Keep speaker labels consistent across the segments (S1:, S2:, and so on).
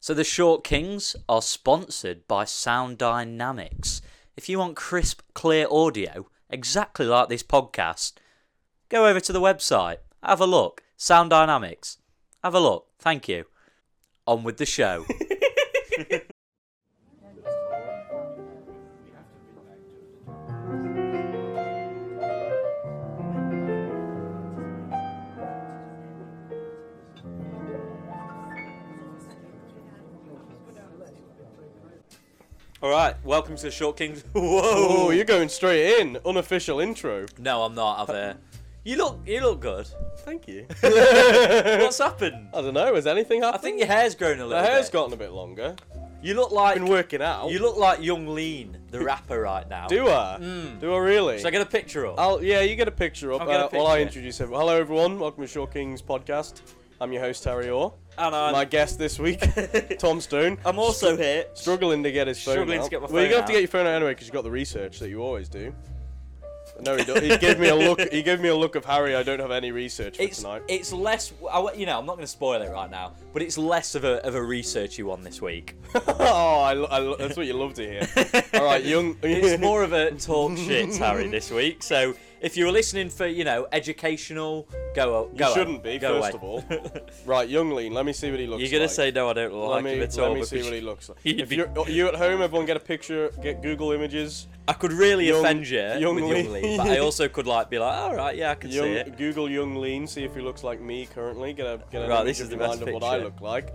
S1: So the Short Kings are sponsored by Sound Dynamics. If you want crisp, clear audio, exactly like this podcast, go over to the website, have a look. Sound Dynamics. Have a look. Thank you. On with the show. All right, welcome to the Short Kings. Whoa!
S2: Oh, you're going straight in. Unofficial intro.
S1: No, I'm not. I've. Uh... You look. You look good.
S2: Thank you.
S1: What's happened?
S2: I don't know. Has anything
S1: I
S2: happened?
S1: think your hair's grown a little.
S2: the hair's
S1: bit.
S2: gotten a bit longer.
S1: You look like.
S2: Been working out.
S1: You look like Young Lean, the rapper, right now.
S2: do Oh, I? Do I really?
S1: Should Hmm. I get a picture of?
S2: I'll, yeah, you get a picture up
S1: I'll get a
S2: uh, while I
S1: picture.
S2: introduce him. Hello, everyone. Welcome to Short Kings podcast. I'm your host Harry Orr.
S1: and I'm,
S2: My guest this week, Tom Stone.
S1: Uh, I'm also here.
S2: struggling to get his phone.
S1: Struggling to
S2: out.
S1: get my
S2: Well, you're
S1: phone
S2: gonna have to
S1: out.
S2: get your phone out anyway because you got the research that you always do. No, he, do- he gave me a look. He gave me a look of Harry. I don't have any research for
S1: It's
S2: tonight.
S1: it's less. I, won't- you know, I'm not going to spoil it right now, but it's less of a of a researchy one this week.
S2: oh, I, lo- I lo- that's what you love to hear. All right, young.
S1: it's more of a talk shit, Harry, this week. So if you were listening for, you know, educational, go
S2: You
S1: go.
S2: shouldn't be,
S1: go
S2: first of all. right, young lean. Let me see what he looks
S1: You're
S2: like.
S1: gonna say no, I don't like
S2: Let me,
S1: him at
S2: let
S1: all.
S2: me see
S1: because
S2: what he looks like.
S1: You'd
S2: If
S1: be-
S2: you're, you at home, everyone get a picture, get Google images,
S1: I could really
S2: Young-
S1: offend you
S2: Young
S1: with Young
S2: Lee.
S1: Lee, but I also could like be like, all right, yeah, I can see
S2: young,
S1: it.
S2: Google young lean, see if he looks like me currently. Get a get an
S1: Right,
S2: image
S1: this
S2: of
S1: is the
S2: your
S1: best
S2: mind of what I
S1: picture.
S2: look like.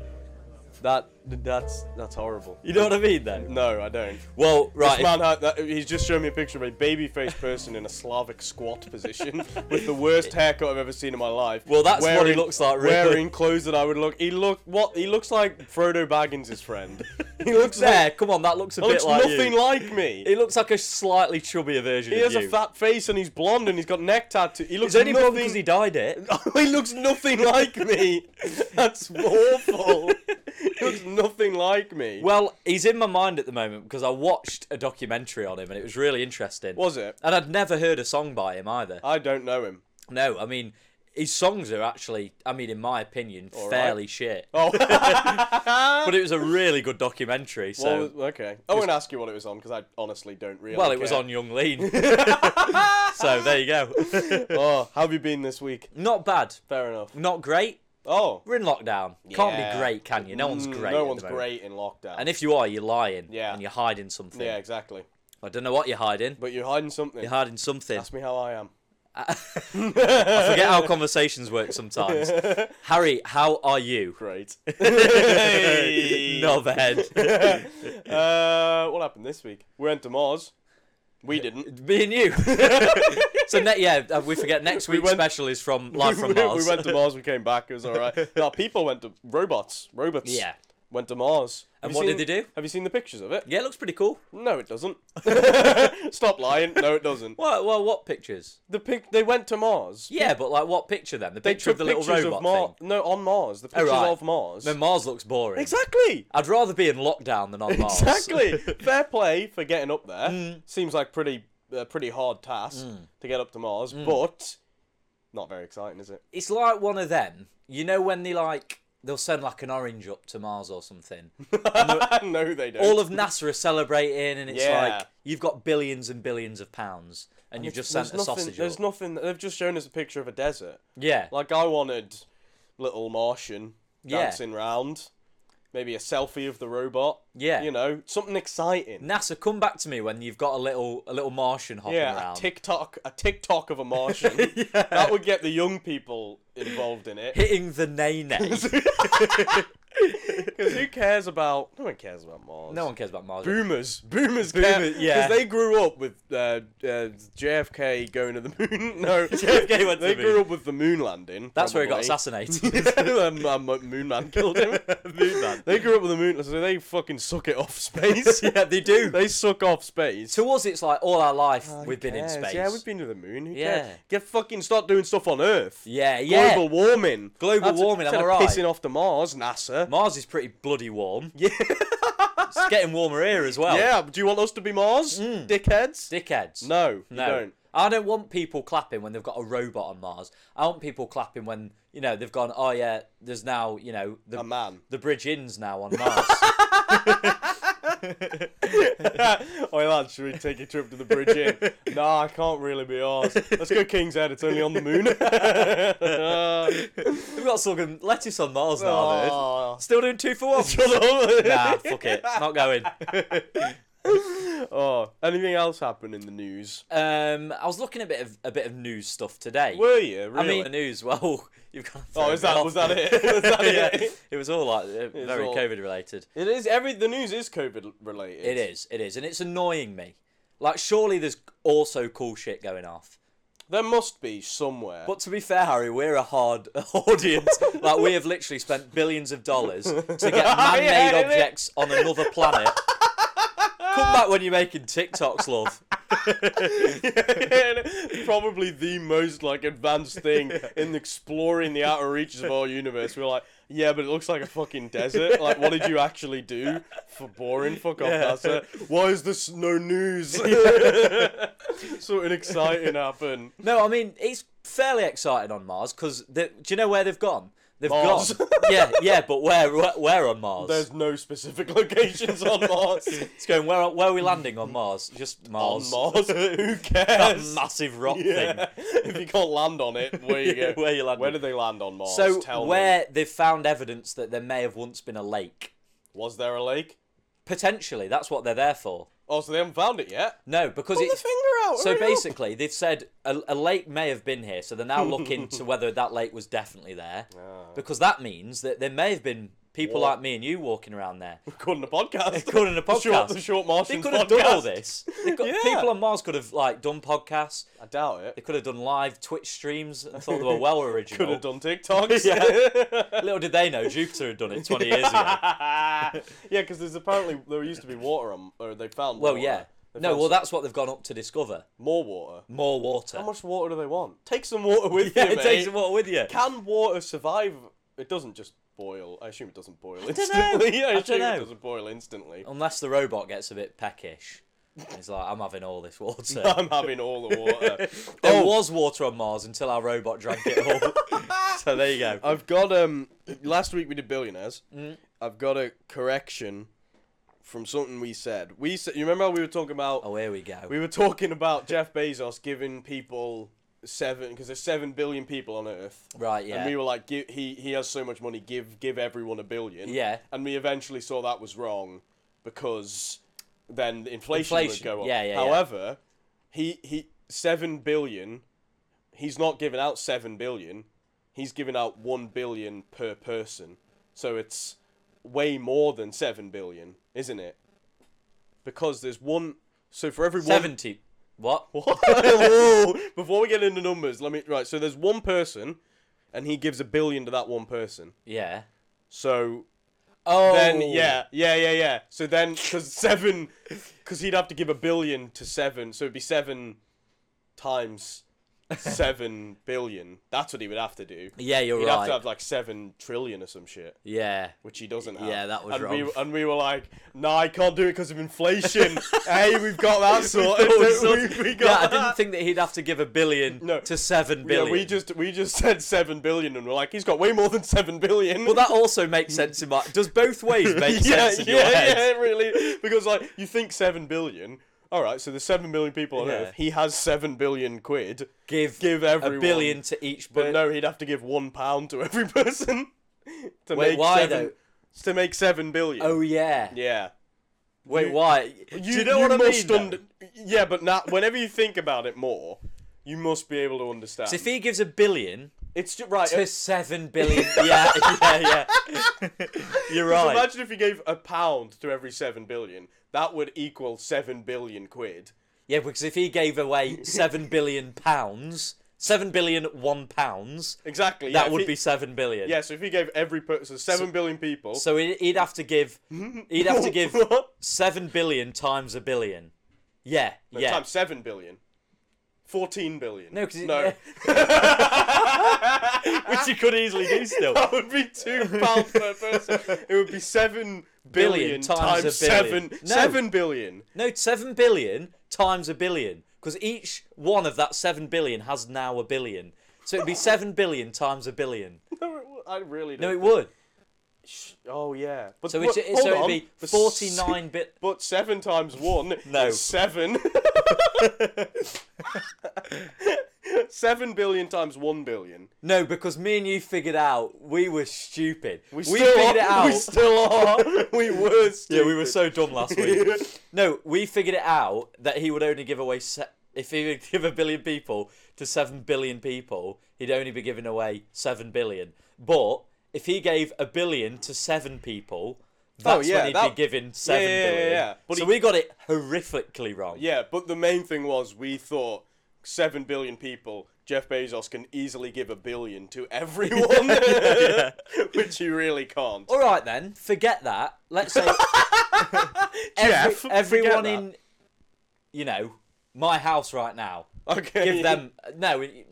S2: That that's that's horrible.
S1: You know what I mean, though.
S2: No, I don't.
S1: Well, right.
S2: This man, had, that, he's just shown me a picture of a baby-faced person in a Slavic squat position with the worst haircut I've ever seen in my life.
S1: Well, that's what he looks like, really.
S2: Wearing clothes that I would look. He look what? He looks like Frodo Baggins' friend. He looks
S1: there.
S2: like.
S1: come on, that looks a
S2: He
S1: bit
S2: looks
S1: like
S2: nothing
S1: you.
S2: like me.
S1: He looks like a slightly chubbier version
S2: he
S1: of
S2: has
S1: you.
S2: a fat face and he's blonde and he's got neck tattoo. He looks
S1: It's only
S2: nothing.
S1: because he dyed it.
S2: he looks nothing like me. That's awful. he looks nothing like me.
S1: Well, he's in my mind at the moment because I watched a documentary on him and it was really interesting.
S2: was it?
S1: And I'd never heard a song by him either.
S2: I don't know him.
S1: No, I mean his songs are actually, I mean, in my opinion,
S2: right.
S1: fairly shit.
S2: Oh.
S1: But it was a really good documentary. So,
S2: What was- okay. I won't ask you what it was on because I honestly don't really.
S1: well, it was
S2: care.
S1: on Young Lean. so there you go.
S2: Oh, how have you been this week?
S1: Not bad.
S2: Fair enough.
S1: Not great.
S2: Oh,
S1: We're in lockdown. Can't be
S2: Yeah.
S1: great, can you? No one's
S2: Mm,
S1: great. at
S2: No
S1: the
S2: one's
S1: moment.
S2: great in lockdown.
S1: And if you are, you're lying.
S2: Yeah.
S1: And you're hiding something.
S2: yeah, exactly.
S1: I don't know what you're hiding.
S2: But you're hiding something.
S1: You're hiding something.
S2: ask me how I am.
S1: I forget how conversations work sometimes. Harry, how are you?
S2: Great.
S1: Knobhead.
S2: Uh, what happened this week? We went to Mars. We didn't.
S1: Me and you. so ne- yeah, uh, we forget next week's
S2: went-
S1: special is from live from
S2: We-
S1: Mars.
S2: we went to Mars. We came back. It was all right. No, people went to robots. Robots.
S1: Yeah.
S2: Went to Mars. Have
S1: And
S2: you
S1: what did
S2: seen-
S1: they do?
S2: Have you seen the pictures of it?
S1: Yeah, it looks pretty cool.
S2: No, it doesn't. Stop lying. No, it doesn't.
S1: Well, well, what pictures?
S2: The pic. They went to Mars.
S1: Yeah, but like what picture then? The
S2: They
S1: picture of
S2: took
S1: the little
S2: pictures
S1: robot
S2: of Mar-
S1: thing. Oh,
S2: No, on Mars. The pictures
S1: right.
S2: of Mars.
S1: Then Mars looks boring.
S2: exactly.
S1: I'd rather be in lockdown than on Mars. Mm.
S2: Exactly. Fair play for getting up there. Seems like pretty uh, pretty hard task to get up to Mars,
S1: Mm.
S2: but not very exciting, is it?
S1: it's like one of them. You know when they like they'll send like an orange up to Mars or something.
S2: no, they don't.
S1: All of NASA are celebrating, and it's
S2: Yeah.
S1: like you've got billions and billions of pounds, and you've just sent
S2: there's
S1: a
S2: nothing,
S1: sausage.
S2: There's
S1: up.
S2: nothing. They've just shown us a picture of a desert.
S1: yeah,
S2: Like I wanted little Martian
S1: Yeah.
S2: dancing round, maybe a selfie of the robot.
S1: Yeah.
S2: You know, something exciting.
S1: NASA, come back to me when you've got a little a little Martian hopping
S2: Yeah, a
S1: around.
S2: TikTok, a TikTok of a Martian. That would get the young people involved in it.
S1: Hitting the nay nay.
S2: Because who cares about? No one cares about Mars.
S1: no one cares about Mars.
S2: Boomers, boomers, care-
S1: Boomers, yeah.
S2: Because they grew up with uh, uh, JFK going to the moon. No,
S1: JFK went to
S2: They
S1: the
S2: grew
S1: moon.
S2: up with the moon landing.
S1: That's where he got
S2: probably.
S1: assassinated.
S2: um, um, moon man killed him.
S1: Moon man.
S2: They grew up with the moon, so they fucking suck it off space.
S1: yeah, they do.
S2: They suck off space.
S1: To us, it's like all our life
S2: Who
S1: we've been in
S2: cares?
S1: space.
S2: Yeah, we've been to the moon. Who
S1: Yeah.
S2: cares? Get fucking start doing stuff on Earth.
S1: yeah, yeah.
S2: Global warming.
S1: Global warming, am
S2: instead
S1: I
S2: of
S1: right?
S2: Pissing off to Mars, NASA.
S1: Mars is pretty bloody warm. Yeah, it's getting warmer here as well.
S2: Yeah, do you want us to be Mars, dickheads?
S1: dickheads.
S2: Hmm. no, you
S1: No.
S2: don't.
S1: I don't want people clapping when they've got a robot on Mars. I want people clapping when you know they've gone. Oh yeah, there's now you know
S2: A
S1: the
S2: man.
S1: the bridge in's now on Mars.
S2: Oi, lad, should we take a trip to the bridge inn? nah, I can't really be arsed. Let's go King's Head, it's only on the moon.
S1: We've got some lettuce on Mars now, dude.
S2: oh,
S1: Still doing two for one. nah, fuck it. Not going.
S2: oh, anything else happened in the news?
S1: Um, I was looking at a bit of a bit of news stuff today.
S2: Were you? Really?
S1: I mean, the news. Well, you've got.
S2: oh, is that, was that it? Was that
S1: yeah,
S2: it?
S1: it was all like uh, very
S2: all-
S1: COVID related.
S2: It is, every, the news is COVID related.
S1: It is, it is, and it's annoying me. Like, surely there's also cool shit going off.
S2: There must be somewhere.
S1: But to be fair, Harry, we're a hard audience. like, we have literally spent billions of dollars to get man-made
S2: Yeah, innit?
S1: objects on another planet. Come back when you're making TikToks, love.
S2: Probably the most like advanced thing in exploring the outer reaches of our universe. We're like, yeah, but it looks like a fucking desert. Like, what did you actually do for boring? Fuck off,
S1: Yeah.
S2: NASA. Why is this no news? Something exciting happened.
S1: No, I mean it's fairly exciting on Mars because do you know where they've gone? They've
S2: Mars.
S1: gone. yeah, yeah, but where, where? Where on Mars?
S2: There's no specific locations on Mars.
S1: It's going. Where? Where are we landing on Mars? Just
S2: on
S1: Mars.
S2: Mars, who
S1: That
S2: cares?
S1: massive rock thing.
S2: Yeah. if you can't land on it, where you go?
S1: Where you landing?
S2: Where did they land on Mars?
S1: So
S2: Tell me.
S1: where they've found evidence that there may have once been a lake.
S2: was there a lake?
S1: Potentially, that's what they're there for.
S2: Oh, so they haven't found it yet.
S1: No, because
S2: Put the
S1: it's
S2: finger out.
S1: so
S2: hurry up.
S1: basically they've said a, a lake may have been here, so they're now looking to whether that lake was definitely there, because that means that there may have been people
S2: What?
S1: like me and you walking around there.
S2: Recording a podcast.
S1: Recording a
S2: The short,
S1: podcast.
S2: the short
S1: They
S2: Martians
S1: could have
S2: podcast.
S1: done all this. They could-
S2: Yeah.
S1: People on Mars could have like done podcasts.
S2: I doubt
S1: They
S2: it.
S1: could have done live Twitch streams and thought they were well original.
S2: Could have done TikToks.
S1: Little did they know Jupiter had done it 20 years ago.
S2: yeah, because there's apparently there used to be water on, or they found.
S1: Well,
S2: water.
S1: yeah.
S2: They
S1: No,
S2: found
S1: well,
S2: some-
S1: that's what they've gone up to discover.
S2: more water.
S1: More water.
S2: How much water do they want? Take some water with
S1: yeah,
S2: you,
S1: it takes
S2: mate.
S1: some water with you.
S2: Can water survive? It doesn't just boil. I assume it doesn't boil
S1: dunno.
S2: instantly.
S1: I
S2: I, assume
S1: dunno.
S2: it doesn't boil instantly.
S1: Unless the robot gets a bit peckish. It's like, I'm having all this water.
S2: I'm having all the water.
S1: There
S2: Oh.
S1: was water on Mars until our robot drank it all. so there you go.
S2: I've got um. Last week we did billionaires. I've got a correction from something we said. We said you remember how we were talking about
S1: oh, here we go.
S2: we were talking about Jeff Bezos giving people seven because there's seven billion people on Earth.
S1: right, yeah.
S2: And we were like, give, he he has so much money. Give give everyone a billion.
S1: Yeah.
S2: And we eventually saw that was wrong because then the inflation,
S1: Inflation,
S2: would go up.
S1: yeah, yeah, yeah.
S2: However, he he seven billion. He's not giving out seven billion. He's giving out one billion per person. So it's way more than seven billion, isn't it? Because there's one. So for every one
S1: 70. What?
S2: Whoa. Before we get into numbers, let me right. So there's one person, and he gives a billion to that one person.
S1: Yeah.
S2: So
S1: Oh.
S2: then, yeah, yeah, yeah, yeah. So then, because seven, because he'd have to give a billion to seven, so it'd be seven times seven billion. That's what he would have to do.
S1: Yeah, you're
S2: He'd have
S1: right.
S2: to have like seven trillion or some shit
S1: yeah.
S2: which he doesn't have.
S1: Yeah, that was
S2: and
S1: wrong.
S2: We, and we were like, nah, I can't do it because of inflation. hey, we've got that sorted.
S1: Oh,
S2: we,
S1: so-
S2: we
S1: yeah, I
S2: got that.
S1: didn't think that he'd have to give a billion
S2: No.
S1: to seven billion.
S2: Yeah, we just we just said seven billion, and we're like, he's got way more than seven billion.
S1: Well, that also makes sense in my. Does both ways make
S2: yeah,
S1: sense in
S2: yeah,
S1: your head?
S2: yeah, it really. Because like, you think seven billion. All right, so there's seven billion people on
S1: Yeah.
S2: Earth. He has seven billion quid,
S1: Give
S2: Give
S1: a
S2: everyone.
S1: billion to each.
S2: but
S1: But
S2: no, he'd have to give one pound to every person to
S1: Wait,
S2: make
S1: why
S2: seven,
S1: though?
S2: to make seven billion.
S1: Oh yeah.
S2: yeah.
S1: Wait,
S2: you-
S1: why? Do you know what I mean?
S2: must
S1: though?
S2: und- yeah, but now, whenever you think about it more, you must be able to understand.
S1: So if he gives a billion
S2: it's just right.
S1: to seven billion, yeah, yeah, yeah. You're right.
S2: Imagine if you gave a pound to every seven billion. That would equal seven billion quid.
S1: yeah, because if he gave away seven billion pounds, seven billion one pounds,
S2: Exactly. yeah,
S1: that
S2: if
S1: would
S2: he-
S1: be seven billion.
S2: Yeah, so if he gave every person seven billion people.
S1: So he- he'd have to give. He'd have to give seven billion times a billion. Yeah, yeah.
S2: Times seven billion. Fourteen billion.
S1: no, because
S2: no.
S1: which he could easily do still.
S2: That would be two pounds per person. It would be seven
S1: Billion
S2: billion,
S1: times a billion.
S2: seven.
S1: No.
S2: Seven billion.
S1: No, seven billion times a billion, because each one of that seven billion has now a billion. So it'd be seven billion times a billion.
S2: No, it w- I really don't.
S1: No, it would.
S2: Sh- Oh yeah. But
S1: So,
S2: what-
S1: it's, it,
S2: hold
S1: so it'd
S2: on.
S1: be
S2: The s-
S1: forty-nine bit.
S2: But seven times one
S1: No.
S2: is seven. seven billion times one billion.
S1: No, because me and you figured out we were stupid. We,
S2: still
S1: figured it
S2: are-
S1: out.
S2: We still are. we were. Stupid.
S1: Yeah, we were so dumb last week. No, we figured it out that he would only give away se- if he would give a billion people to seven billion people, he'd only be giving away seven billion. But if he gave a billion to seven people, that's
S2: Oh, yeah,
S1: when he'd
S2: that-
S1: be giving seven
S2: yeah,
S1: billion.
S2: yeah, yeah. But
S1: so
S2: he-
S1: we got it horrifically wrong.
S2: yeah, but the main thing was we thought seven billion people. Jeff Bezos can easily give a billion to everyone, which he really can't.
S1: All right then, forget that. Let's say every-
S2: Jeff,
S1: everyone
S2: forget that.
S1: in, you know, my house right now.
S2: Okay,
S1: Give them no. you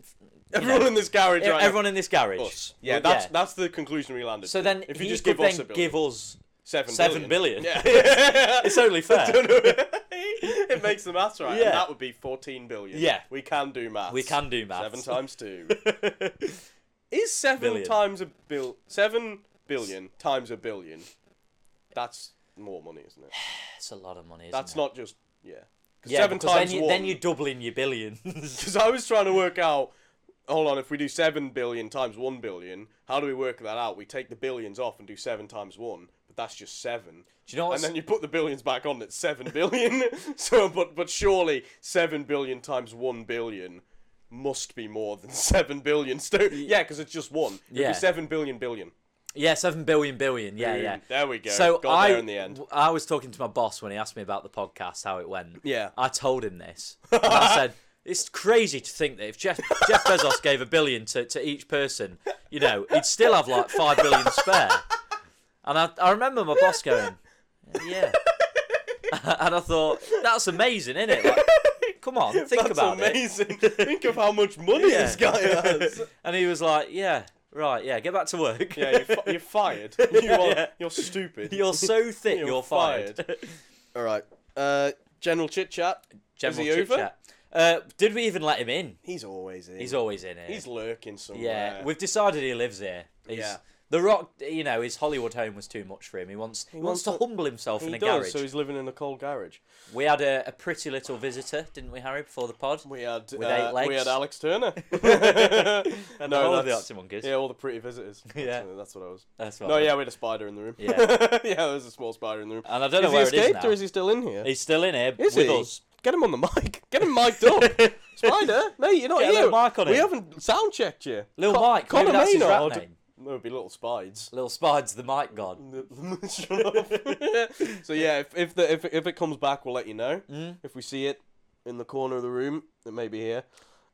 S2: everyone
S1: know,
S2: in this garage. right now.
S1: everyone in this garage.
S2: Us. Yeah,
S1: Well,
S2: that's that's the conclusion we landed.
S1: So
S2: to.
S1: then,
S2: if
S1: he
S2: you just
S1: could
S2: give us
S1: then
S2: a billion,
S1: give us.
S2: seven
S1: seven billion.
S2: yeah,
S1: It's only fair.
S2: it makes the maths right.
S1: Yeah.
S2: And that would be 14 billion.
S1: Yeah.
S2: We can do maths.
S1: We can do maths.
S2: Seven times two. Is seven
S1: Billion.
S2: times a bill. Seven billion times a billion. That's more money, isn't it?
S1: That's a lot of money. Isn't
S2: That's
S1: it?
S2: not just. Yeah. 'Cause
S1: Yeah,
S2: seven
S1: because
S2: times
S1: then, you,
S2: one.
S1: then you're doubling your billions.
S2: Because I was trying to work out. Hold on, if we do seven billion times one billion, how do we work that out? We take the billions off and do seven times one, but that's just seven.
S1: Do you know what's-
S2: And then you put the billions back on, it's seven billion. so, but but surely seven billion times one billion must be more than seven billion. So, yeah, because it's just one. It'd
S1: Yeah.
S2: be seven billion billion.
S1: yeah, seven billion billion. Yeah, yeah.
S2: Boom. There we go.
S1: So
S2: Got
S1: I,
S2: there in the end.
S1: w- I was talking to my boss when he asked me about the podcast, how it went.
S2: Yeah.
S1: I told him this. And I said, it's crazy to think that if Jeff, Jeff Bezos gave a billion to, to each person, you know, he'd still have like five billion spare. And I, I remember my boss going, yeah. and I thought, that's amazing, isn't it? Like, come on, think
S2: That's
S1: about it.
S2: amazing. think of how much money
S1: Yeah.
S2: this guy has.
S1: And he was like, yeah, right, yeah, get back to work.
S2: yeah, you're, fi- you're fired. You are,
S1: Yeah.
S2: You're stupid.
S1: You're so thick, you're,
S2: You're
S1: fired.
S2: All right. Uh, general chit chat.
S1: General
S2: he over?
S1: chit-chat. Uh, did we even let him in?
S2: He's always in.
S1: He's always in here.
S2: He's lurking somewhere.
S1: yeah, we've decided he lives here. He's,
S2: Yeah.
S1: The Rock, you know, his Hollywood home was too much for him. He wants he, wants,
S2: wants
S1: to humble himself in
S2: he
S1: a
S2: does.
S1: garage.
S2: So he's living in a cold garage.
S1: We had a, a pretty little visitor, didn't we, Harry, before the pod?
S2: We had
S1: With
S2: uh,
S1: eight legs.
S2: we had Alex Turner.
S1: And
S2: no,
S1: all of the
S2: that's-
S1: Octomonkeys.
S2: yeah, all the pretty visitors.
S1: Yeah.
S2: That's, that's what I was.
S1: That's
S2: no,
S1: right.
S2: yeah, we had a spider in the room.
S1: Yeah.
S2: yeah, there was a small spider in the room.
S1: And I don't know
S2: Has
S1: where
S2: he
S1: it is
S2: escaped
S1: now.
S2: or is he still in here?
S1: He's still in here
S2: Is
S1: with
S2: he?
S1: us.
S2: Get him on the mic. Get him mic'd up. Spider, no, you're not
S1: Get a
S2: here.
S1: little mic on
S2: we
S1: him.
S2: haven't sound checked you.
S1: Lil Mike, maybe
S2: Conor
S1: that's his rap
S2: Maynard.
S1: name.
S2: No, it'd be little spides.
S1: Little Spide's the mic god.
S2: Shut up. so yeah, if if, the, if if it comes back, we'll let you know.
S1: Hmm?
S2: If we see it in the corner of the room, it may be here.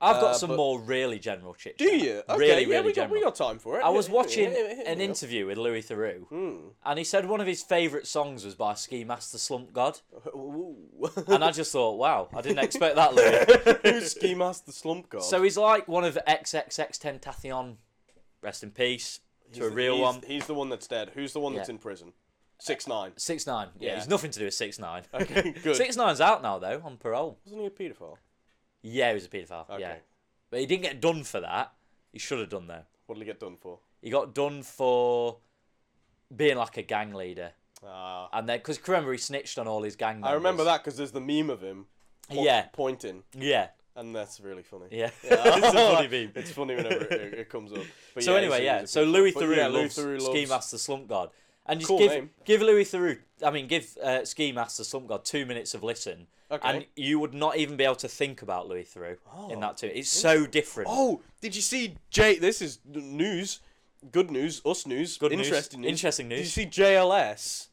S1: I've got
S2: Uh,
S1: some
S2: but-
S1: more really general chit
S2: Do you? Okay,
S1: really, really
S2: yeah, we got,
S1: general.
S2: we got time for it.
S1: I was
S2: Yeah, yeah,
S1: watching
S2: yeah, yeah,
S1: an
S2: yeah. Hmm.
S1: interview with Louis Theroux, and he said one of his favourite songs was by Ski Master Slump God.
S2: Ooh.
S1: And I just thought, wow, I didn't expect that, Louis.
S2: Who's Ski Master Slump God?
S1: so he's like one of XXX Tentacion, rest in peace, to a
S2: the-
S1: real
S2: he's,
S1: one.
S2: He's the one that's dead. Who's the one that's
S1: Yeah.
S2: in prison? Six nine.
S1: Six nine, yeah,
S2: Yeah.
S1: he's nothing to do with six nine.
S2: Okay, good.
S1: Six nine's out now though on parole.
S2: Wasn't he a paedophile?
S1: Yeah, he was a paedophile. Yeah,
S2: Okay.
S1: but he didn't get done for that. He should have done though.
S2: What did he get done for?
S1: He got done for being like a gang leader.
S2: Ah.
S1: And then, because remember, he snitched on all his gang members.
S2: I remember that because there's the meme of him. po-
S1: Yeah.
S2: Pointing,
S1: Yeah,
S2: and that's really funny.
S1: yeah. it's a funny meme.
S2: Oh. It's funny whenever it, it, it comes up. But
S1: So
S2: yeah,
S1: anyway,
S2: he's a-
S1: yeah.
S2: he's a
S1: So
S2: good
S1: Louis
S2: guy. But
S1: Theroux
S2: yeah,
S1: loves
S2: Theroux
S1: Ski
S2: loves-
S1: Master Slump God, and just
S2: Cool
S1: give
S2: name.
S1: give Louis Theroux, I mean, give uh, Ski Master Slump God two minutes of listen,
S2: Okay.
S1: and you would not even be able to think about Louis Theroux in
S2: Oh,
S1: that two. It's so different.
S2: Oh, did you see J? This is n- news, good news, us news,
S1: Good news,
S2: interesting news.
S1: interesting
S2: Did you
S1: news.
S2: see JLS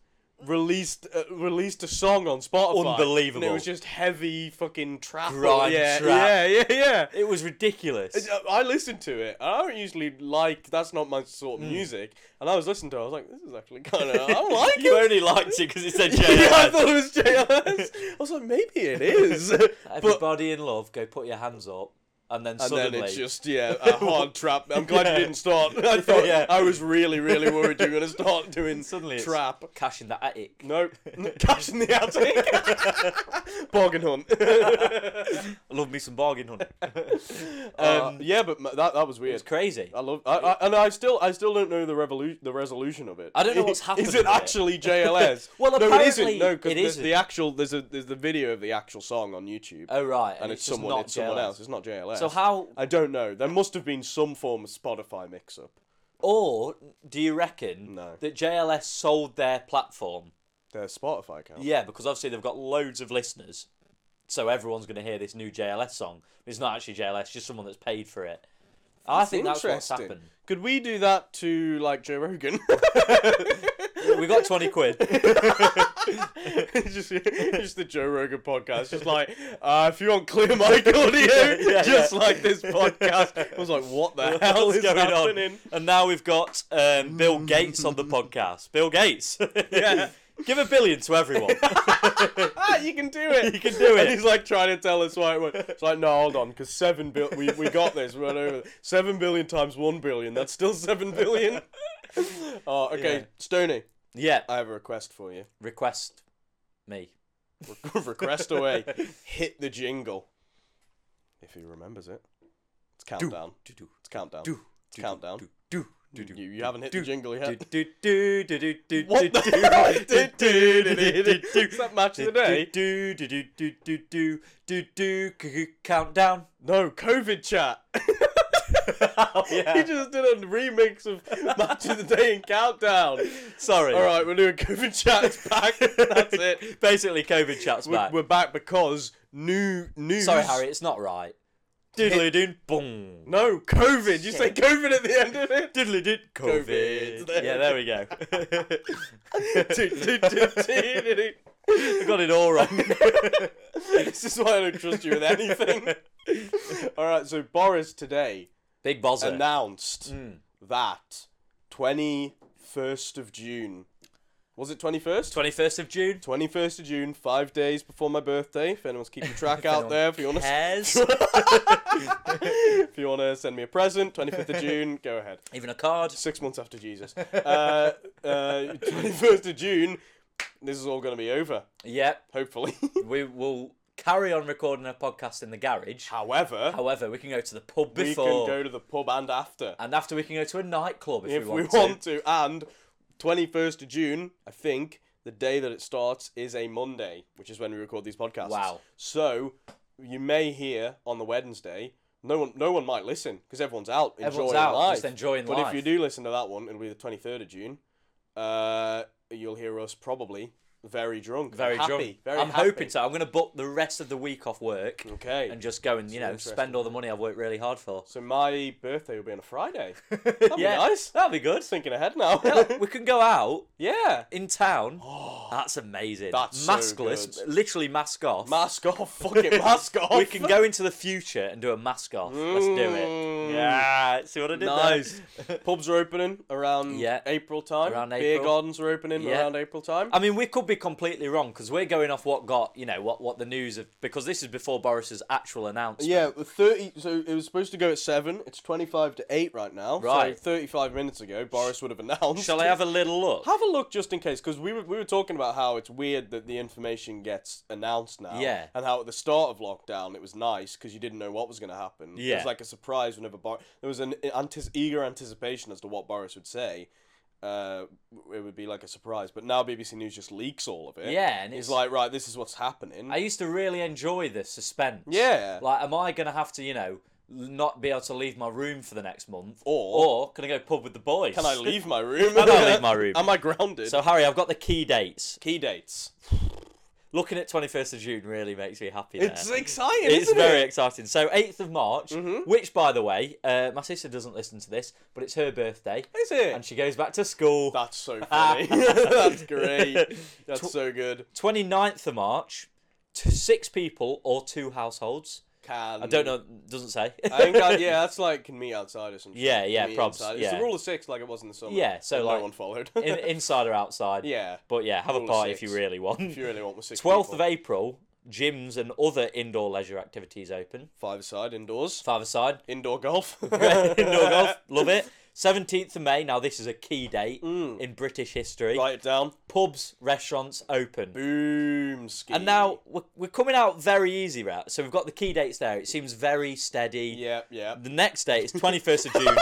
S2: released uh, released a song on Spotify? And
S1: Unbelievable.
S2: it was just heavy fucking trap.
S1: Grime
S2: yeah,
S1: trap.
S2: yeah, yeah, yeah.
S1: It was ridiculous.
S2: It's- uh, I listened to it. and I don't usually like. That's not my sort
S1: Hmm.
S2: of music. And I was listening to. it, I was like, this is actually kind of. I like
S1: you
S2: it.
S1: only liked it because it said
S2: Yeah, I
S1: JLS.
S2: thought it was JLS. I was like, maybe it is. but
S1: Everybody in love, go put your hands up. and then
S2: And
S1: suddenly
S2: then it's just yeah, a hard trap. I'm glad you didn't start. I thought
S1: yeah.
S2: I was really, really worried you were gonna start doing
S1: suddenly it's
S2: trap.
S1: cash in the attic.
S2: No, cash in the attic. Bargain hunt.
S1: Uh, I love me some bargain hunt.
S2: um, yeah, but ma- that that was weird.
S1: It's crazy.
S2: I love, I, I, and I still, I still don't know the revolution, the resolution of it.
S1: I don't know what's happened
S2: Is
S1: with
S2: it
S1: it.
S2: actually JLS?
S1: Well,
S2: no, it isn't.
S1: apparently
S2: No, because
S1: it
S2: there's
S1: isn't.
S2: the actual, there's a, there's the video of the actual song on YouTube,
S1: Oh right, and,
S2: and it's,
S1: just
S2: someone,
S1: not
S2: it's someone
S1: JLS.
S2: else. It's not JLS.
S1: So how,
S2: I don't know. There must have been some form of Spotify mix-up.
S1: or do you reckon
S2: No.
S1: that JLS sold their platform?
S2: Their Spotify account.
S1: Yeah, because obviously they've got loads of listeners, so everyone's going to hear this new JLS song. It's not actually JLS, just someone that's paid for it. I think that's what's
S2: Interesting.
S1: happened.
S2: Could we do that to like Joe Rogan?
S1: We got twenty quid.
S2: just, just the Joe Rogan podcast. Just like, uh, if you want clear mic audio,
S1: yeah.
S2: just like this podcast. I was like, what the hell
S1: What's
S2: is
S1: going
S2: happening?
S1: on? And now we've got um, Bill Gates on the podcast. Bill Gates,
S2: Yeah.
S1: give a billion to everyone.
S2: Ah, you can do it.
S1: You can do
S2: And
S1: it.
S2: he's like trying to tell us why it went. It's like, no, hold on, because seven billion. We, we got this. We went over it. Seven billion times one billion. That's still seven billion. Oh, okay,
S1: Yeah.
S2: Stoney.
S1: yeah,
S2: I have a request for you.
S1: request me.
S2: Re- request away. Hit the jingle. If he remembers it, it's countdown.
S1: Do do
S2: It's countdown.
S1: do
S2: It's countdown.
S1: do do do do.
S2: You, you haven't hit the jingle
S1: Do,
S2: yet.
S1: do, do, do, do, do,
S2: What
S1: do,
S2: the
S1: do,
S2: hell?
S1: do, do, do, do, do, do.
S2: Is that match of the day?
S1: Do, do, do, do, do, do, do, do, do, countdown.
S2: No, COVID chat. He
S1: Oh, yeah.
S2: just did a remix of Match of the Day and Countdown.
S1: Sorry.
S2: All right, we're doing COVID chat. It's back. That's it.
S1: Basically, COVID chat's
S2: We're
S1: back.
S2: we're back because new news.
S1: Sorry, Harry, it's not right. Diddly doon, boom.
S2: No, COVID. You say COVID at the end of it.
S1: Diddly did COVID.
S2: COVID. There
S1: Yeah, there we go.
S2: Do, do, do, do, do.
S1: I got it all wrong.
S2: this is why I don't trust you with anything. All right, so Boris today
S1: Big buzzer.
S2: announced that 21st of June. Was it 21st?
S1: 21st of June.
S2: 21st of June, five days before my birthday. If anyone's keeping track out
S1: anyone
S2: there, if you want to,
S1: Cares.
S2: if you want to send me a present, 25th of June, go ahead.
S1: Even a card.
S2: Six months after Jesus, uh, uh, 21st of June, this is all going to be over,
S1: Yep.
S2: hopefully.
S1: We will carry on recording a podcast in the garage.
S2: However,
S1: However, we can go to the pub
S2: we
S1: before,
S2: can go to the pub and after
S1: and after we can go to a nightclub if,
S2: if
S1: we want.
S2: we
S1: to.
S2: want to. And 21st of June, I think the day that it starts is a Monday, which is when we record these podcasts.
S1: Wow.
S2: So you may hear on the Wednesday. No one, no one might listen because everyone's out enjoying
S1: Everyone's out,
S2: life.
S1: just enjoying
S2: but
S1: life.
S2: if you do listen to that one, it'll be the 23rd of June. Uh, you'll hear us probably very drunk,
S1: Very
S2: happy,
S1: drunk.
S2: Very
S1: I'm
S2: happy.
S1: hoping so. I'm going to book the rest of the week off work
S2: Okay.
S1: and just go and you know
S2: interesting.
S1: spend all the money I've worked really hard for.
S2: so my birthday will be on a Friday. That'd
S1: yeah,
S2: be nice.
S1: that'll be good.
S2: Just thinking ahead now.
S1: we can go out
S2: yeah.
S1: in town. that's amazing.
S2: That's so
S1: maskless,
S2: good.
S1: literally mask off.
S2: Mask off, fucking mask off.
S1: we can go into the future and do a mask off. Let's do
S2: Mm.
S1: it. Yeah, see what I did there?
S2: Nice. Pubs are opening around
S1: Yeah.
S2: April time.
S1: Around
S2: Beer
S1: April.
S2: gardens are opening
S1: Yeah. Um,
S2: around April time.
S1: I mean, we could be completely wrong because we're going off what got you know what what the news of because this is before Boris's actual announcement.
S2: yeah, the thirty. So it was supposed to go at seven. It's twenty-five to eight right now. so
S1: Right.
S2: Thirty-five minutes ago, Boris would have announced.
S1: Shall I have a little look?
S2: Have a look just in case, because we were, we were talking about how it's weird that the information gets announced now.
S1: Yeah.
S2: And how at the start of lockdown it was nice because you didn't know what was going to happen. It
S1: Yeah.
S2: was like a surprise whenever Bor- there was an antis- eager anticipation as to what Boris would say. Uh, it would be like a surprise, but now BBC News just leaks all of it.
S1: Yeah, and
S2: It's
S1: it's
S2: like, right, this is what's happening.
S1: I used to really enjoy the suspense.
S2: Yeah.
S1: Like, am I gonna have to you know not be able to leave my room for the next month,
S2: Or-
S1: or can I go pub with the boys?
S2: Can I leave my room?
S1: Can I leave my room?
S2: Am I grounded?
S1: So Harry, I've got the key dates.
S2: key dates.
S1: Looking at twenty first of June really makes me happy. there.
S2: It's exciting.
S1: It's
S2: isn't
S1: very
S2: It? Mm-hmm.
S1: exciting. So, 8th of March, which, by the way, uh, my sister doesn't listen to this, but it's her birthday.
S2: Is it?
S1: And she goes back to school.
S2: That's so funny. That's great. That's so good.
S1: 29th of March, to six people or two households.
S2: Can
S1: I don't know, doesn't say.
S2: I think I, yeah, that's like can meet outside or something.
S1: Yeah, yeah,
S2: meet
S1: probs,
S2: outside. It's
S1: yeah.
S2: the rule of six, like it was in the summer.
S1: Yeah, so
S2: and
S1: like-
S2: no one followed.
S1: In, inside or outside.
S2: yeah,
S1: But yeah, have a
S2: Rule of
S1: party if
S2: six.
S1: you really want.
S2: if you really want with six.
S1: 12th of
S2: people.
S1: April, gyms and other indoor leisure activities open.
S2: Five side indoors.
S1: Five aside,
S2: Indoor golf.
S1: indoor golf, love it. 17th of May, now this is a key date
S2: Mm.
S1: in British history.
S2: Write it down.
S1: Pubs, restaurants open.
S2: Boom. Ski.
S1: And now we're, we're coming out very easy, right? So we've got the key dates there. It seems very steady.
S2: Yeah, yeah.
S1: The next date is 21st of June.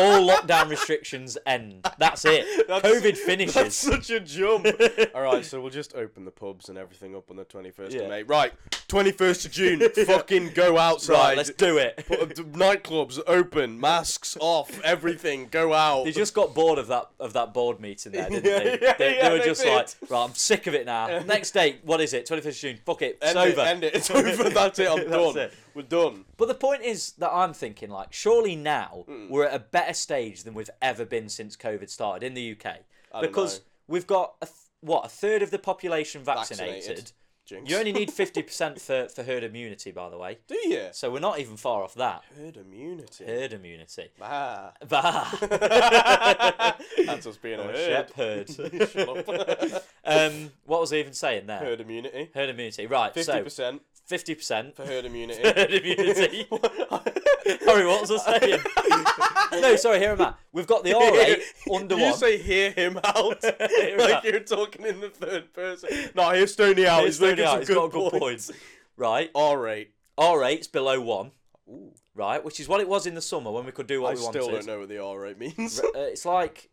S1: All lockdown restrictions end. That's it.
S2: That's-
S1: COVID finishes.
S2: That's such a jump. All right, so we'll just open the pubs and everything up on the 21st
S1: Yeah.
S2: of May. Right, 21st of June. Fucking go outside.
S1: right, let's do it.
S2: Uh, d- Nightclubs open, masks off, everything. Go out.
S1: They just got bored of that of that board meeting there, didn't
S2: Yeah,
S1: they?
S2: yeah,
S1: they,
S2: yeah,
S1: they were
S2: they
S1: just
S2: did.
S1: like, right, I'm sick of it now. Next date, what is it? 25th of June. Fuck it, it's
S2: end
S1: over.
S2: It, end it. It's over. That's it.
S1: That's
S2: I'm done.
S1: it.
S2: We're done.
S1: But the point is that I'm thinking, like, surely now
S2: Hmm.
S1: we're at a better stage than we've ever been since COVID started in the UK,
S2: don't
S1: because
S2: know.
S1: we've got a th- what a third of the population vaccinated.
S2: Vaccinated. Jinx.
S1: You only need 50% for, for herd immunity, by the way.
S2: Do you?
S1: So we're not even far off that.
S2: Herd immunity.
S1: Herd immunity.
S2: Ah.
S1: Bah.
S2: That's us
S1: Oh,
S2: being a herd.
S1: Shepherd.
S2: Shut up.
S1: um, what was I even saying there? Herd,
S2: herd immunity.
S1: immunity. Right,
S2: 50%
S1: so 50%
S2: for herd immunity.
S1: herd immunity. sorry, what was I saying? no, sorry, here am I. We've got the R8 under
S2: you
S1: one.
S2: say hear him out
S1: Hear him
S2: like
S1: out.
S2: you're talking in the third person. No, hear Stoney out.
S1: It's
S2: He's making
S1: out,
S2: some
S1: it's
S2: good,
S1: got a good
S2: points.
S1: point. Right,
S2: All right.
S1: R8's below one.
S2: Ooh.
S1: Right, which is what it was in the summer when we could do what
S2: I
S1: we
S2: still
S1: wanted.
S2: don't know what the all right means.
S1: Uh, it's like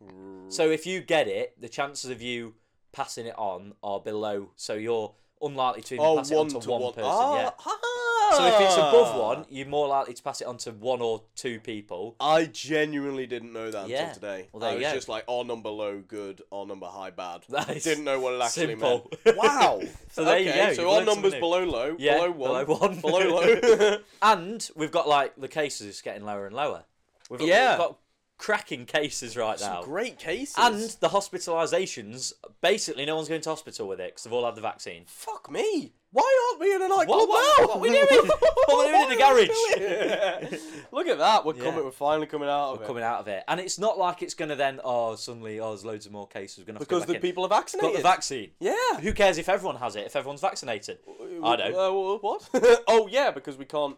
S1: so if you get it, the chances of you passing it on are below. So you're unlikely to even
S2: Oh,
S1: pass
S2: one
S1: it on
S2: to
S1: to one,
S2: one.
S1: person.
S2: Ah,
S1: Yeah.
S2: ah.
S1: So if it's above one, you're more likely to pass it on to one or two people.
S2: I genuinely didn't know that
S1: Yeah.
S2: until today.
S1: Well, there
S2: I
S1: you
S2: was
S1: go.
S2: just like, all number low, good, all number high, bad.
S1: Nice.
S2: Didn't know what it actually
S1: Simple.
S2: meant. Wow.
S1: So there you
S2: okay,
S1: go, you've
S2: So all
S1: learned
S2: numbers
S1: something
S2: below low,
S1: Yeah,
S2: below one,
S1: below one.
S2: below low.
S1: And we've got like the cases it's getting lower and lower. We've, we've
S2: Yeah.
S1: got cracking cases right now.
S2: Great cases.
S1: and the hospitalisations, basically, no one's going to hospital with it because they've all had the vaccine.
S2: Fuck me. Why aren't we in a
S1: What-
S2: nightclub
S1: what-
S2: now?
S1: what we doing? What we doing in the
S2: garage? Look at that. We're coming. We're finally coming out of it.
S1: coming out of it. And it's not like it's going to then, oh, suddenly, oh, there's loads of more cases. We're going to
S2: because
S1: have
S2: the
S1: to go back in.
S2: people are
S1: got the
S2: vaccinated.
S1: vaccine.
S2: yeah.
S1: Who cares if everyone has it, if everyone's vaccinated? I don't.
S2: Uh, wha- what? oh yeah, because we can't.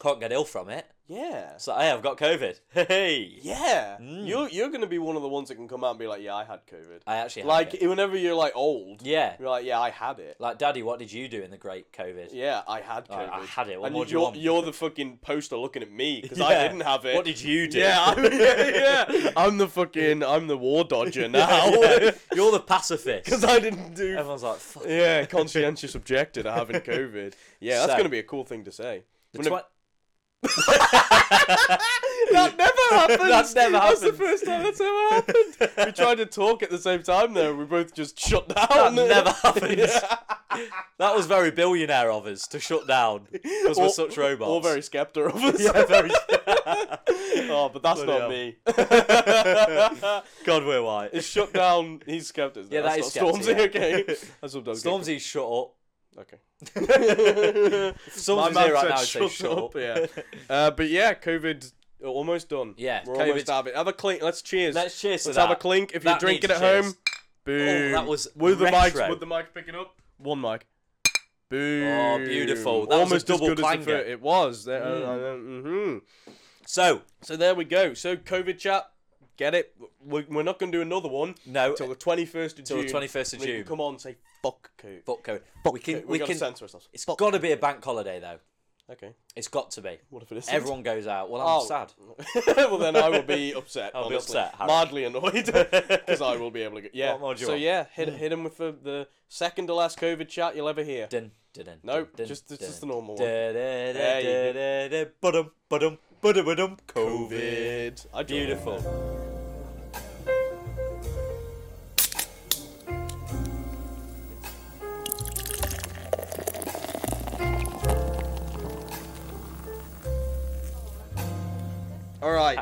S1: Can't get ill from it.
S2: Yeah.
S1: So, hey, I've got COVID. Hey!
S2: Yeah. You're you're gonna be one of the ones that can come out and be like, yeah, I had COVID.
S1: I actually had
S2: like
S1: it.
S2: whenever you're like old.
S1: Yeah.
S2: You're like, yeah, I had it.
S1: Like, Daddy, what did you do in the great COVID?
S2: Yeah, I had COVID.
S1: Oh, I had it. What
S2: and
S1: more do you
S2: you're
S1: want?
S2: you're the fucking poster looking at me because
S1: Yeah.
S2: I didn't have it.
S1: What did you do?
S2: Yeah, I'm, yeah, yeah. I'm the fucking, I'm the war dodger now.
S1: Yeah. You're the pacifist.
S2: Because I didn't do.
S1: Everyone's like, fuck.
S2: Yeah, conscientious objector to having COVID. Yeah, that's
S1: So-
S2: going to be a cool thing to say.
S1: Twi-
S2: Whenever- that never happened.
S1: That never
S2: That's the
S1: happened.
S2: first time that's ever happened. we tried to talk at the same time there, and we both just shut down.
S1: that never happens. That was very billionaire of us to shut down because we're
S2: Or-
S1: such robots.
S2: Or very skeptical of us.
S1: Yeah, very-
S2: oh, but that's
S1: Bloody
S2: not
S1: hell.
S2: me.
S1: God, we're white.
S2: It's shut down. He's skeptic.
S1: Yeah, that is
S2: that's not
S1: Skepta,
S2: Stormzy.
S1: yeah.
S2: Okay, that's sometimes
S1: Stormzy, shut up.
S2: Okay.
S1: Stormzy's here right now. he'd say, shut up.
S2: Yeah. Uh, but yeah, COVID uh, almost done.
S1: Yeah,
S2: we're
S1: COVID's-
S2: almost out of it. Have a clink. Let's cheers.
S1: Let's cheers to
S2: Let's have
S1: that.
S2: a clink. If
S1: That
S2: you're drinking at
S1: needs
S2: home,
S1: cheers.
S2: boom.
S1: Oh, that was
S2: with the
S1: retro.
S2: mics. With the mic picking up. One mic. Boom.
S1: Oh, beautiful. That was a
S2: almost
S1: double
S2: as good as
S1: clanger. Hmm.
S2: the fir- It was. There- uh, mhm.
S1: So,
S2: So there we go. So COVID chat. Get it? We're, we're not going to do another one
S1: no,
S2: until the 21st of
S1: till the
S2: June.
S1: 21st of
S2: We can
S1: June.
S2: Come on, say fuck COVID.
S1: fuck code. we can,
S2: Okay,
S1: we
S2: gotta
S1: can.
S2: censor ourselves.
S1: It's got to be a bank holiday though.
S2: Okay.
S1: It's got to be.
S2: What if it is?
S1: Everyone goes out. Well, I'm
S2: Oh.
S1: sad.
S2: well, then I will be upset.
S1: I'll be
S2: honestly.
S1: upset, Harry.
S2: Mildly annoyed because I will be able to. Get, yeah.
S1: What more do you
S2: so
S1: want?
S2: yeah, hit hit him with the, the second to last COVID chat you'll ever hear.
S1: Dun, dun, dun,
S2: No,
S1: dun, dun,
S2: just- just-
S1: dun.
S2: just the normal one.
S1: Da, da, da,
S2: There you
S1: da, da, da, ba-dum, ba-dum, ba-dum, ba-dum, COVID.
S2: COVID. I do.
S1: Beautiful.
S2: All right.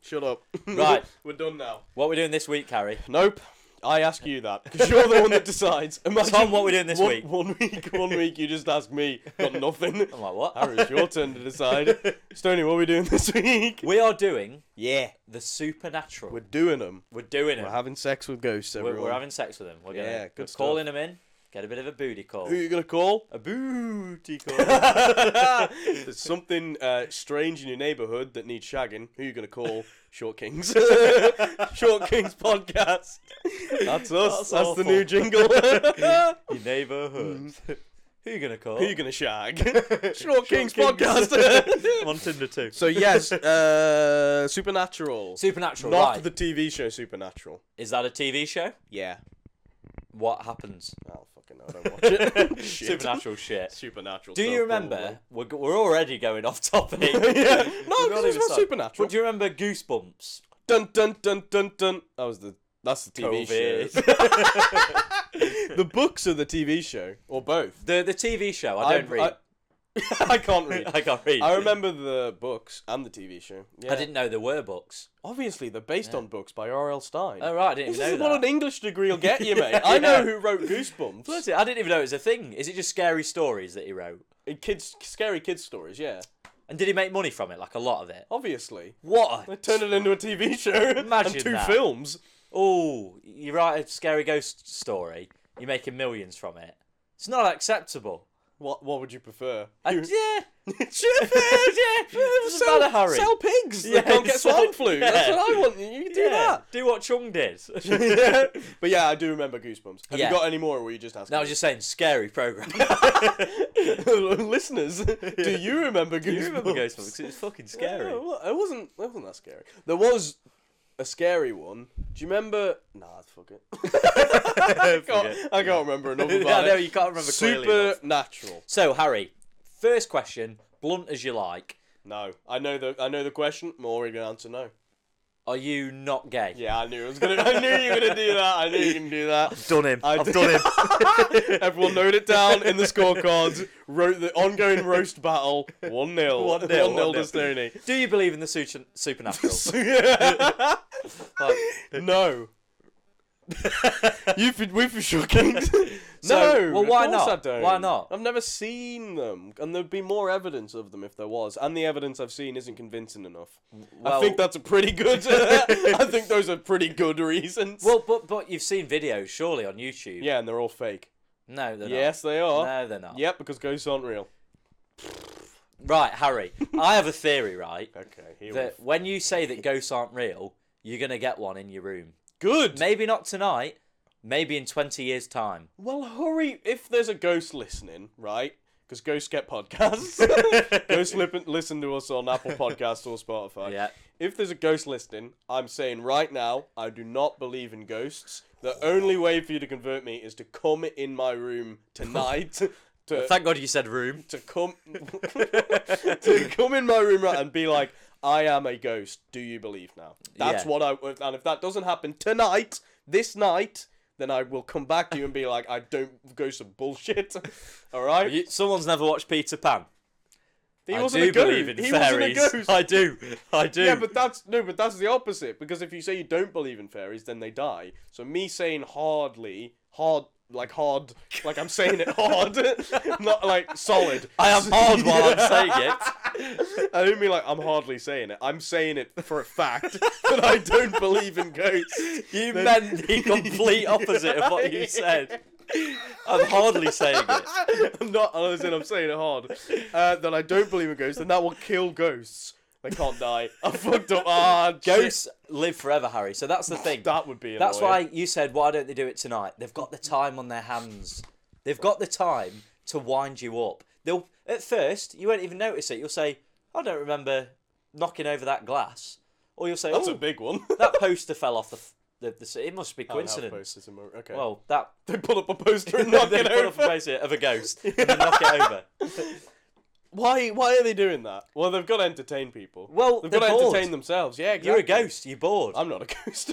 S2: Shut up.
S1: Right.
S2: We're done now.
S1: What we're doing this week, Harry?
S2: Nope. I ask you that because you're the one that decides. Imagine
S1: Tom, what we doing this
S2: one,
S1: week?
S2: One week, one week, you just ask me. Got nothing.
S1: I'm like, what?
S2: Harry, it's your turn to decide. Stoney, what are we doing this week?
S1: We are doing
S2: Yeah,
S1: the supernatural.
S2: we're
S1: We're,
S2: doing them.
S1: doing it.
S2: We're having sex with ghosts.
S1: We're,
S2: Everyone.
S1: we're having sex with them. We're
S2: Yeah,
S1: gonna,
S2: good
S1: we're calling them in, Get a bit of a booty call.
S2: Who you gonna call?
S1: A booty call.
S2: There's something uh, strange in your neighborhood that needs shagging. Who you gonna call? Short Kings. Short Kings podcast.
S1: That's
S2: That's us. That's, the
S1: awful.
S2: new jingle. Who
S1: Your neighbourhood. Who you gonna call?
S2: Mm. you gonna shag? Short,
S1: Kings.
S2: Kings, podcast.
S1: I'm on Tinder too.
S2: so yes, uh, Supernatural.
S1: Supernatural,
S2: Not
S1: right?
S2: the TV show Supernatural.
S1: Is that a TV show?
S2: Yeah.
S1: What happens?
S2: I don't Oh, fucking know. I don't watch it. Shit.
S1: Supernatural shit.
S2: Supernatural.
S1: Do you remember? We're, g- we're already going off topic. yeah.
S2: yeah. No, because it's about Supernatural.
S1: But do you remember Goosebumps?
S2: Dun dun dun dun dun. That was the. That's the TV show.
S1: COVID.
S2: the books are the TV show, or both.
S1: the the TV show. I don't
S2: I-
S1: read.
S2: I, I can't read.
S1: I, can't read.
S2: I remember the books and the TV show. Yeah.
S1: I didn't know there were books.
S2: Obviously, they're based on books by R.L. Stein.
S1: Oh right, I didn't
S2: this
S1: even
S2: is
S1: know
S2: what
S1: that.
S2: an English degree will get you, mate.
S1: Yeah.
S2: I know who wrote Goosebumps.
S1: Bloody- I didn't even know it was a thing. Is it just scary stories that he wrote?
S2: In kids, scary kids stories. Yeah,
S1: And did he make money from it? Like a lot of it.
S2: obviously.
S1: What?
S2: They turned it into a TV show
S1: Imagine
S2: and two
S1: that.
S2: films.
S1: Oh, you write a scary ghost story. You're making millions from it. It's not acceptable.
S2: What What would you prefer?
S1: I,
S2: You-
S1: yeah.
S2: Doesn't
S1: Doesn't matter, Harry.
S2: Sell pigs.
S1: Yeah,
S2: they can't get
S1: sell-
S2: swine flu. That's
S1: yeah.
S2: what I want. You can do
S1: Yeah,
S2: that.
S1: Do what Chung did.
S2: but yeah, I do remember Goosebumps. Have
S1: Yeah.
S2: you got any more, or were you just asking?
S1: No, I was just saying, scary program.
S2: listeners. Do you remember Goosebumps?
S1: you remember Ghostbusters? 'Cause It's fucking scary.
S2: Yeah, well, it wasn't. It wasn't that scary. There was a scary one. Do you remember? Nah, fuck it. I, can't, I can't remember enough about
S1: Yeah, I know,
S2: it.
S1: you can't remember clearly enough.
S2: Supernatural.
S1: So, Harry, first question, blunt as you like.
S2: No, I know the. I know the question. I'm already gonna answer no.
S1: Are you not gay?
S2: Yeah, I knew it was gonna. I knew you were gonna do that. I knew you can do that.
S1: Done him.
S2: I
S1: I've
S2: did-
S1: done him.
S2: Everyone note it down in the scorecards. Wrote the ongoing roast battle. 1 0. 1
S1: 1-0,
S2: 0 to
S1: 1-0.
S2: Stoney.
S1: Do you believe in the sutu- supernatural? Like,
S2: no. you for, we for sure kings.
S1: So,
S2: no.
S1: well,
S2: of
S1: why
S2: course
S1: not?
S2: I don't.
S1: Why not?
S2: I've never seen them, and there'd be more evidence of them if there was. And the evidence I've seen isn't convincing enough. I
S1: Well-
S2: think that's a pretty good. I think those are pretty good reasons.
S1: well, but but you've seen videos surely on YouTube.
S2: yeah, and they're all fake.
S1: No, they're
S2: Yes, they are.
S1: not. No, they're not.
S2: Yep, because ghosts aren't real.
S1: Right, Harry. I have a theory, right?
S2: Okay, here we
S1: That when you say that ghosts aren't real, you're gonna get one in your room.
S2: Good.
S1: Maybe not tonight. Maybe in twenty years' time.
S2: Well, hurry if there's a ghost listening, right? Because ghosts get podcasts. ghosts lip- listen to us on Apple Podcasts or Spotify.
S1: Yeah.
S2: If there's a ghost listening, I'm saying right now, I do not believe in ghosts. The only way for you to convert me is to come in my room tonight. to
S1: Thank God you said room.
S2: to come to come in my room right, and be like, I am a ghost. Do you believe now? That's
S1: Yeah.
S2: what I would- and if that doesn't happen tonight, this night, then I will come back to you and be like, I don't ghosts are bullshit. All right,
S1: You, someone's never watched Peter Pan.
S2: he
S1: I
S2: wasn't
S1: do
S2: a ghost.
S1: believe in
S2: he
S1: fairies.
S2: wasn't a ghost.
S1: I do. I do.
S2: Yeah, but that's no, but that's the opposite because if you say you don't believe in fairies, then they die. So me saying hardly hard. Like hard, like I'm saying it hard, not like solid.
S1: I am hard while I'm saying it.
S2: I don't mean like I'm hardly saying it. I'm saying it for a fact that I don't believe in ghosts.
S1: You meant the complete opposite of what you said. I'm hardly saying it.
S2: I'm not. I was saying I'm saying it hard. Uh, that I don't believe in ghosts, and that will kill ghosts. They can't die. I fucked up hard. Shit.
S1: Ghosts live forever, Harry. So that's the thing.
S2: That would be.
S1: That's
S2: annoying.
S1: why you said, why don't they do it tonight? They've got the time on their hands. They've got the time to wind you up. They'll at first you won't even notice it. You'll say, I don't remember knocking over that glass, or you'll say,
S2: That's
S1: oh,
S2: a big one.
S1: that poster fell off the. F- the, the, s- it must be
S2: I don't have
S1: coincidence.
S2: posters in my- Okay.
S1: Well, that
S2: they pull up a poster and knock
S1: they
S2: it
S1: put up
S2: over.
S1: a poster of a ghost and then knock it over.
S2: Why? Why are they doing that? Well, they've got to entertain people.
S1: Well,
S2: they've
S1: they're
S2: got to
S1: bored.
S2: entertain themselves. Yeah.
S1: You're a
S2: exactly.
S1: ghost. You're bored.
S2: I'm not a ghost.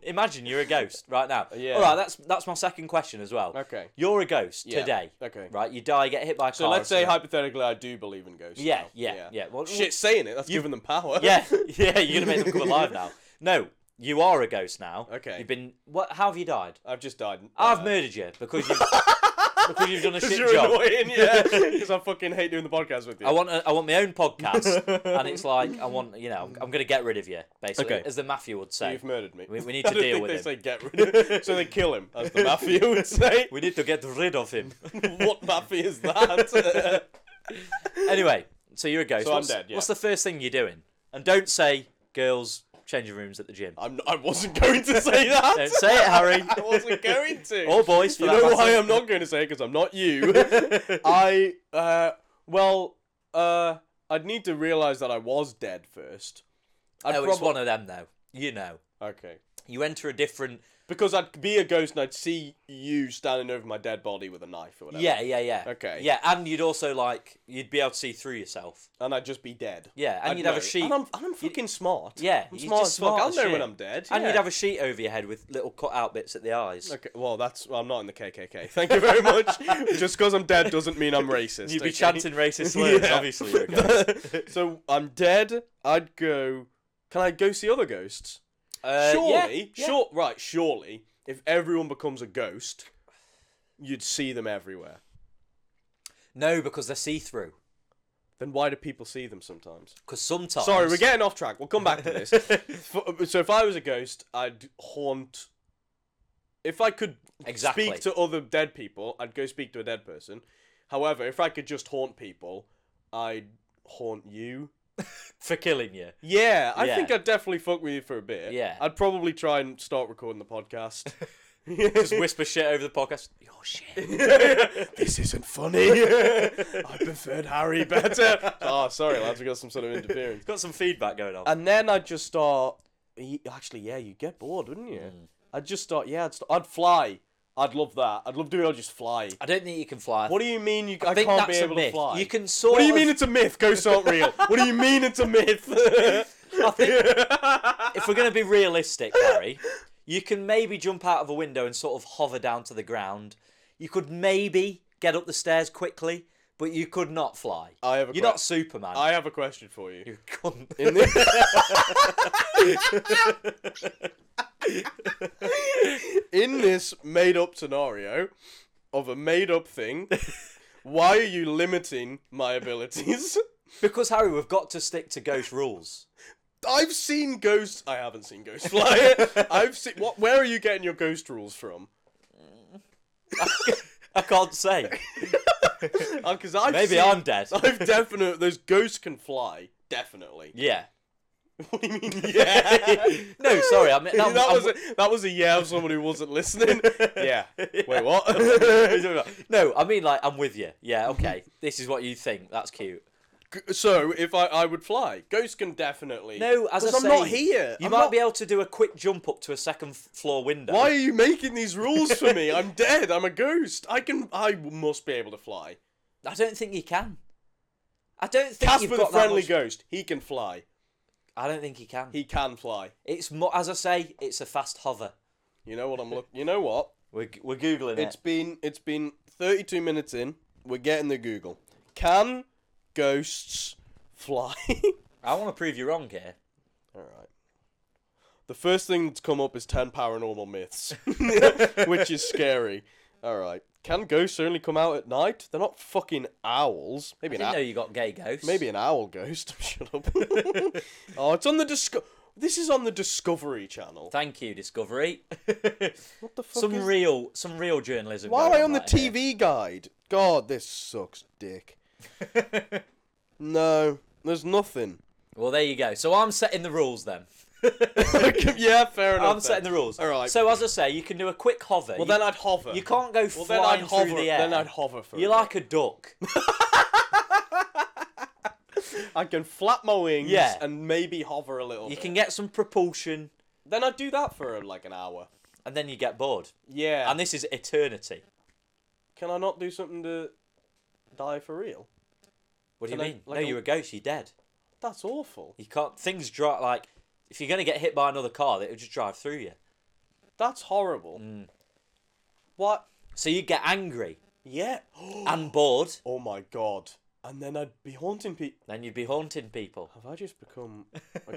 S1: Imagine you're a ghost right now.
S2: Yeah.
S1: All right, that's that's my second question as well.
S2: Okay.
S1: You're a ghost
S2: Yeah,
S1: today.
S2: okay.
S1: Right, you die, get hit by a car.
S2: So let's say
S1: hi.
S2: hypothetically, I do believe in ghosts.
S1: Yeah,
S2: now.
S1: yeah, yeah. Well,
S2: Shit, saying it, that's giving them power.
S1: Yeah, yeah. You're gonna make them come alive now. No, you are a ghost now.
S2: Okay. Uh,
S1: You've been. What? How have you died?
S2: I've just died.
S1: I've
S2: Uh,
S1: murdered you because you. because you've done a
S2: 'Cause
S1: shit
S2: you're
S1: job.
S2: annoying, yeah. Because I fucking hate doing the podcast with you.
S1: I want a, I want my own podcast, and it's like I want you know I'm, I'm going to get rid of you basically,
S2: Okay.
S1: as the mafia would say.
S2: You've murdered me.
S1: We- we need
S2: I
S1: to
S2: don't
S1: deal
S2: think
S1: with
S2: they
S1: him.
S2: say get rid of So they kill him, as the mafia would say.
S1: We need to get rid of him.
S2: what mafia is that?
S1: anyway, so you're a ghost.
S2: So I'm
S1: what's,
S2: dead, yeah.
S1: what's the first thing you're doing? And don't say girls changing rooms at the gym.
S2: I'm, I wasn't going to say that.
S1: Don't say it, Harry.
S2: I wasn't going to.
S1: Or boys, for
S2: you
S1: that
S2: know why
S1: matter.
S2: I'm not going to say because I'm not you. I uh well uh I'd need to realize that I was dead first. I'd
S1: No, Oh, it's
S2: prob-
S1: one of them though. You know,
S2: Okay.
S1: you enter a different.
S2: Because I'd be a ghost and I'd see you standing over my dead body with a knife or whatever.
S1: Yeah, yeah, yeah.
S2: Okay.
S1: Yeah, and you'd also like you'd be able to see through yourself.
S2: And I'd just be dead.
S1: Yeah, and
S2: I'd
S1: you'd have a
S2: know.
S1: sheet.
S2: And I'm, and I'm fucking smart.
S1: Yeah,
S2: I'm
S1: you're
S2: smart
S1: just
S2: as fuck.
S1: smart
S2: I'll
S1: as
S2: know when
S1: shit.
S2: I'm dead.
S1: And
S2: yeah.
S1: you'd have a sheet over your head with little cut out bits at the eyes.
S2: Okay, well, that's. Well, I'm not in the KKK. Thank you very much. Just because I'm dead doesn't mean I'm racist.
S1: You'd be
S2: okay?
S1: chanting racist slurs,
S2: Yeah.
S1: obviously. You're a ghost.
S2: so I'm dead. I'd go. Can I go see other ghosts?
S1: Uh, yeah,
S2: surely,
S1: yeah.
S2: sure. Right, surely. If everyone becomes a ghost, you'd see them everywhere.
S1: No, because they're see through.
S2: Then why do people see them sometimes?
S1: Because sometimes.
S2: Sorry, we're getting off track. We'll come back to this. F- so if I was a ghost, I'd haunt. If I could
S1: Exactly.
S2: speak to other dead people, I'd go speak to a dead person. However, if I could just haunt people, I'd haunt you.
S1: for killing you.
S2: Yeah, I
S1: Yeah.
S2: think I'd definitely fuck with you for a bit.
S1: Yeah.
S2: I'd probably try and start recording the podcast.
S1: Just whisper shit over the podcast. Your shit.
S2: this isn't funny. I preferred Harry better. oh, sorry, lads, we got some sort of interference.
S1: Got some feedback going on.
S2: And then I'd just start. y- Actually, yeah, you'd get bored, wouldn't you? I'd just start. Yeah, I'd, st- I'd fly. I'd love that. I'd love to be able to just fly.
S1: I don't think you can fly.
S2: What do you mean you? I,
S1: I think
S2: can't
S1: that's
S2: be able
S1: a myth.
S2: to fly.
S1: You can sort.
S2: What do you
S1: of-
S2: mean it's a myth? Ghosts aren't real. what do you mean it's a myth?
S1: I think if we're going to be realistic, Harry, you can maybe jump out of a window and sort of hover down to the ground. You could maybe get up the stairs quickly, but you could not fly.
S2: I have a
S1: You're
S2: que-
S1: not Superman.
S2: I have a question for you.
S1: You cunt.
S2: In the, in this made up scenario of a made up thing, why are you limiting my abilities?
S1: Because Harry, we've got to stick to ghost rules.
S2: I've seen ghosts. I haven't seen ghosts fly. I've seen. What? Where are you getting your ghost rules from?
S1: I can't say.
S2: Because Uh, I've
S1: Maybe
S2: seen-
S1: I'm dead.
S2: I've definite. Those ghosts can fly. Definitely.
S1: Yeah.
S2: What do you mean? Yeah.
S1: No, sorry. I mean,
S2: that,
S1: that,
S2: was a, that was a yeah of someone who wasn't listening. yeah. Wait, what?
S1: no, I mean like I'm with you. Yeah, okay. this is what you think. That's cute.
S2: G- so if I, I would fly, ghosts can definitely.
S1: No, as I
S2: 'Cause I'm
S1: say,
S2: not here.
S1: You
S2: I'm
S1: might
S2: not-
S1: be able to do a quick jump up to a second f- floor window.
S2: Why are you making these rules for me? I'm dead. I'm a ghost. I can. I must be able to fly.
S1: I don't think you can. I don't think
S2: Casper
S1: you've
S2: the
S1: got that
S2: friendly
S1: much-
S2: ghost. He can fly.
S1: I don't think he can.
S2: He can fly.
S1: It's mo- as I say, it's a fast hover.
S2: You know what I'm look. You know what?
S1: We're, g- we're googling
S2: It's
S1: it.
S2: been it's been 32 minutes in. We're getting the Google. Can ghosts fly?
S1: I want to prove you wrong here.
S2: All right. The first thing that's come up is 10 paranormal myths, which is scary. All right. Can ghosts only come out at night? They're not fucking owls.
S1: I
S2: Maybe an
S1: didn't know
S2: owl.
S1: you got gay ghosts.
S2: Maybe an owl ghost. Shut up. oh, it's on the disco. This is on the Discovery Channel.
S1: Thank you, Discovery.
S2: What the fuck?
S1: some
S2: is-
S1: real, some real journalism.
S2: Why am
S1: going
S2: I on the
S1: right here.
S2: TV guide? God, this sucks, dick. no, there's nothing.
S1: Well, there you go. So I'm setting the rules then.
S2: yeah, fair enough.
S1: I'm setting the rules.
S2: All right.
S1: So as I say, you can do a quick hover.
S2: well, then I'd hover.
S1: you can't go
S2: Well, then I'd
S1: flying
S2: hover.
S1: through the air.
S2: Then I'd hover for.
S1: You're
S2: a bit.
S1: like a duck.
S2: I can flap my wings
S1: Yeah.
S2: and maybe hover a little.
S1: You
S2: bit.
S1: can get some propulsion,
S2: Then I'd do that for like an hour.
S1: and then you get bored.
S2: Yeah.
S1: And this is eternity.
S2: can I not do something to die for real?
S1: What do you
S2: Can I-
S1: mean?
S2: like
S1: no,
S2: a-
S1: you're a ghost. You're dead.
S2: That's awful.
S1: You can't. Things drive like if you're gonna get hit by another car, it'll just drive through you.
S2: That's horrible.
S1: Mm.
S2: What?
S1: So you get angry
S2: Yeah.
S1: and bored,
S2: oh my god. and then I'd be haunting people.
S1: Then you'd be haunting people.
S2: Have I just become a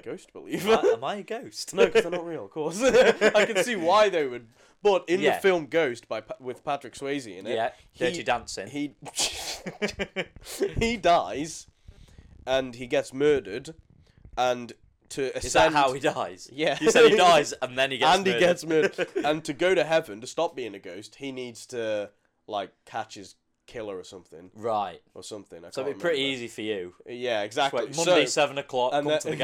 S2: ghost
S1: Am
S2: believer?
S1: I, am I a ghost?
S2: no, because they're not real, of course. I can see why they would. But in
S1: Yeah.
S2: the film Ghost by Pa- with Patrick Swayze in it,
S1: Yeah,
S2: he-
S1: Dirty Dancing.
S2: he he dies, and he gets murdered, and to ascend,
S1: Is that how he dies?
S2: Yeah.
S1: You said he dies and then he gets
S2: and he
S1: murdered.
S2: gets murdered, and to go to heaven to stop being a ghost, he needs to like catch his killer or something
S1: Right.
S2: or something. I
S1: So
S2: can't
S1: it'd be pretty
S2: remember.
S1: easy for you.
S2: Yeah, exactly.
S1: Wait, Monday,
S2: so,
S1: 7 o'clock, come to the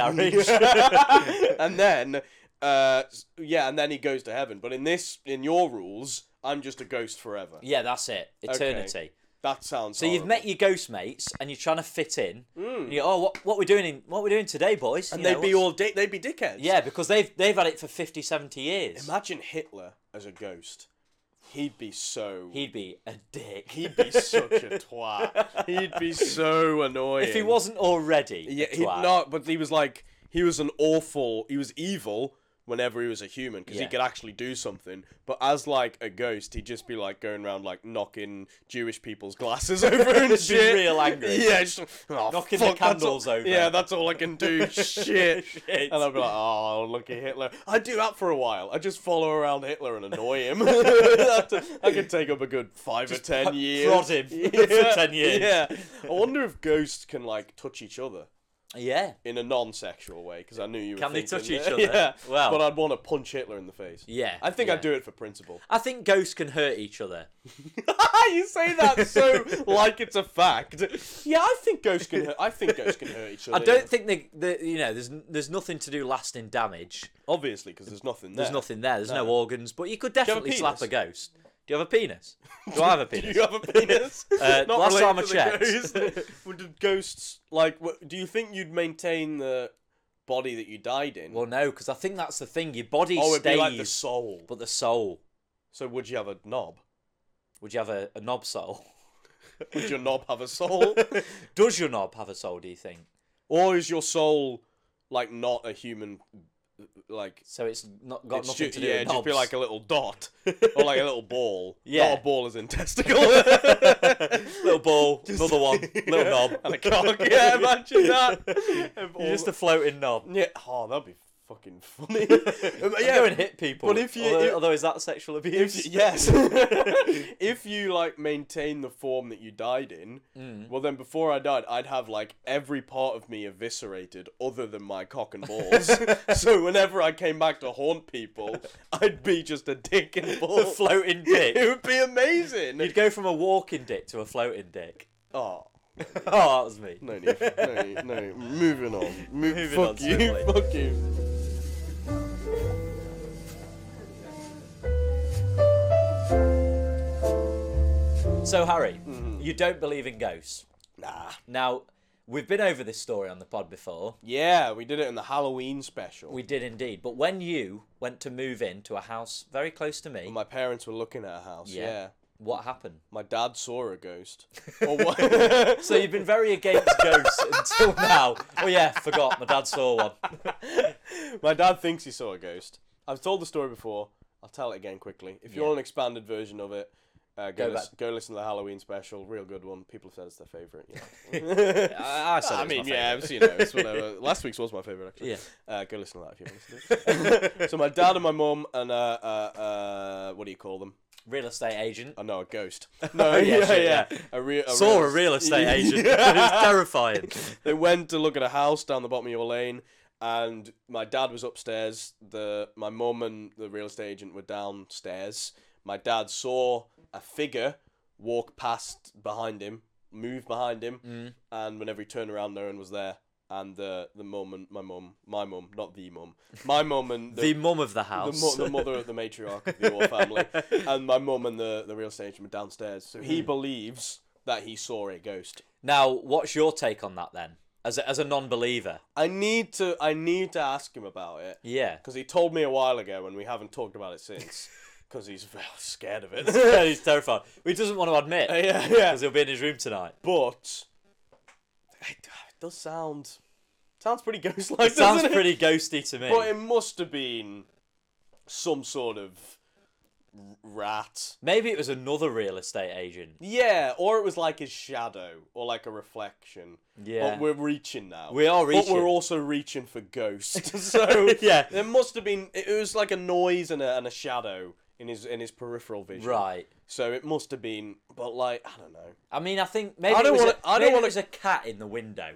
S1: garage.
S2: garage. and then, uh, s- yeah, and then he goes to heaven. But in this, in your rules, I'm just a ghost forever.
S1: yeah, that's it. Eternity.
S2: That sounds.
S1: So you've met your ghost mates and you're trying to fit in. And you go, oh, what, what we're doing in, what we're doing today, boys?
S2: Hmm. and
S1: You
S2: they'd
S1: know,
S2: be
S1: what's-
S2: all di- they'd be dickheads.
S1: Yeah, because they've they've had it for 50, 70 years.
S2: Imagine Hitler as a ghost. He'd be so.
S1: He'd be a dick.
S2: He'd be such a twat. He'd be so annoying.
S1: if he wasn't already.
S2: Yeah,
S1: a
S2: he
S1: twat.
S2: not. But he was like, he was an awful. He was evil whenever he was a human because
S1: Yeah.
S2: he could actually do something. But as like a ghost, he'd just be like going around like knocking Jewish people's glasses over and
S1: Just be
S2: shit.
S1: real angry.
S2: Yeah, just "Oh,
S1: Knocking the
S2: fuck, that's
S1: candles
S2: all-
S1: over."
S2: Yeah, that's all I can do. shit.
S1: Shit.
S2: And I'd be like, oh, lucky Hitler. I'd do that for a while. I'd just follow around Hitler and annoy him. I could take up a good five or ten
S1: prod
S2: years.
S1: him for 10 years.
S2: Yeah. I wonder if ghosts can like touch each other
S1: Yeah.
S2: in a non-sexual way because I knew you. Were
S1: Can they
S2: thinking
S1: touch each
S2: that.
S1: other?
S2: Yeah.
S1: Well-
S2: but I'd want to punch Hitler in the face.
S1: Yeah,
S2: I think
S1: yeah.
S2: I'd do it for principle.
S1: I think ghosts can hurt each other.
S2: you say that so like it's a fact. Yeah, I think ghosts can. Hurt, I think ghosts can hurt each other.
S1: I don't think they, they you know, there's n- there's nothing to do lasting damage.
S2: obviously because there's nothing there.
S1: There's nothing there. There's no,
S2: No.
S1: organs, but you could
S2: you have a
S1: definitely slap a
S2: penis?
S1: ghost. Do you have a penis? Do I have a
S2: Do
S1: penis?
S2: you have a penis?
S1: Uh,
S2: Not
S1: last
S2: related
S1: time I
S2: to the
S1: checked.
S2: ghost. Well, Did ghosts like? What, do you think you'd maintain the body that you died in?
S1: well, no, because I think that's the thing. Your body
S2: oh, it'd
S1: stays,
S2: be like the soul.
S1: but the soul.
S2: So would you have a knob?
S1: Would you have a, a knob soul?
S2: Would your knob have a soul?
S1: Does your knob have a soul? Do you think?
S2: Or is your soul like not a human? Like
S1: So it's not got
S2: it's
S1: nothing
S2: ju-
S1: to do
S2: yeah,
S1: with
S2: just
S1: knobs.
S2: be like a little dot or like a little ball.
S1: Yeah.
S2: not a ball is in testicle.
S1: little ball, another one, little knob,
S2: and a cock. Yeah, imagine that. If all-
S1: You're just a floating knob.
S2: yeah, oh, that'd be fucking funny. Um,
S1: Yeah, go and hit people.
S2: but if you-
S1: although,
S2: if-
S1: although is that sexual abuse?
S2: If you, yes, if you like maintain the form that you died in,
S1: Mm.
S2: well then before I died, I'd have like every part of me eviscerated other than my cock and balls. so whenever I came back to haunt people, I'd be just a dick and
S1: a
S2: balls.
S1: floating
S2: it
S1: dick.
S2: would be amazing.
S1: You'd go from a walking dick to a floating dick.
S2: Oh,
S1: Oh, that was me.
S2: no need, no need, no. need. Moving on. Mo-
S1: Moving
S2: fuck
S1: on,
S2: you.
S1: certainly.
S2: Fuck you.
S1: So Harry,
S2: Mm-hmm.
S1: you don't believe in ghosts.
S2: Nah.
S1: Now, we've been over this story on the pod before.
S2: Yeah, we did it in the Halloween special.
S1: We did indeed. But when you went to move into a house very close to me,
S2: My parents were looking at a house.
S1: Yeah.
S2: yeah.
S1: what happened?
S2: My dad saw a ghost. Or what?
S1: So you've been very against ghosts until now. Oh yeah, forgot. My dad saw one.
S2: My dad thinks he saw a ghost. I've told the story before. I'll tell it again quickly. If you want an expanded version of it, uh, go,
S1: Go
S2: lis-
S1: back.
S2: go listen to the Halloween special. Real good one. People have said it's their favorite. You know.
S1: I, I said it was
S2: I
S1: my
S2: mean,
S1: favourite.
S2: yeah, it's, you know, it's whatever. Last week's was my favorite actually.
S1: Yeah.
S2: Uh, go listen to that if you haven't listened to it. so my dad and my mum and uh, uh, uh, what do you call them?
S1: Real estate agent.
S2: Oh no, a ghost.
S1: yeah,
S2: No, yeah, yeah,
S1: shit, yeah.
S2: A, real a
S1: Saw a real estate agent. It was terrifying.
S2: they went to look at a house down the bottom of your lane and my dad was upstairs the my mum and the real estate agent were downstairs my dad saw a figure walk past behind him move behind him and whenever he turned around no one was there and the the mum and my mum my mum not the mum my mum and
S1: The mum of the house.
S2: the, mo- the mother of the matriarch of the Orr family, and my mum and the, the real estate agent were downstairs. So he believes that he saw a ghost.
S1: Now, what's your take on that then? As a, as a non-believer,
S2: I need to I need to ask him about it
S1: yeah.
S2: because he told me a while ago, and we haven't talked about it since because he's well, scared of it.
S1: yeah, he's terrified. He doesn't want to admit because
S2: Uh, yeah, yeah.
S1: he'll be in his room tonight.
S2: But it does sound sounds pretty ghost-like.
S1: Sounds
S2: doesn't it?
S1: pretty ghosty to me.
S2: But it must have been some sort of rat.
S1: Maybe it was another real estate agent.
S2: Yeah, or it was like his shadow or like a reflection.
S1: Yeah.
S2: But we're reaching now.
S1: We are
S2: But
S1: reaching.
S2: we're also reaching for ghost. so
S1: Yeah.
S2: there must have been. It was like a noise and a, and a shadow in his in his peripheral vision.
S1: Right.
S2: So it must have been. But like I don't know.
S1: I mean, I think maybe
S2: I don't
S1: it was
S2: wanna-
S1: a,
S2: I don't
S1: maybe it
S2: wanna-
S1: was a cat in the window.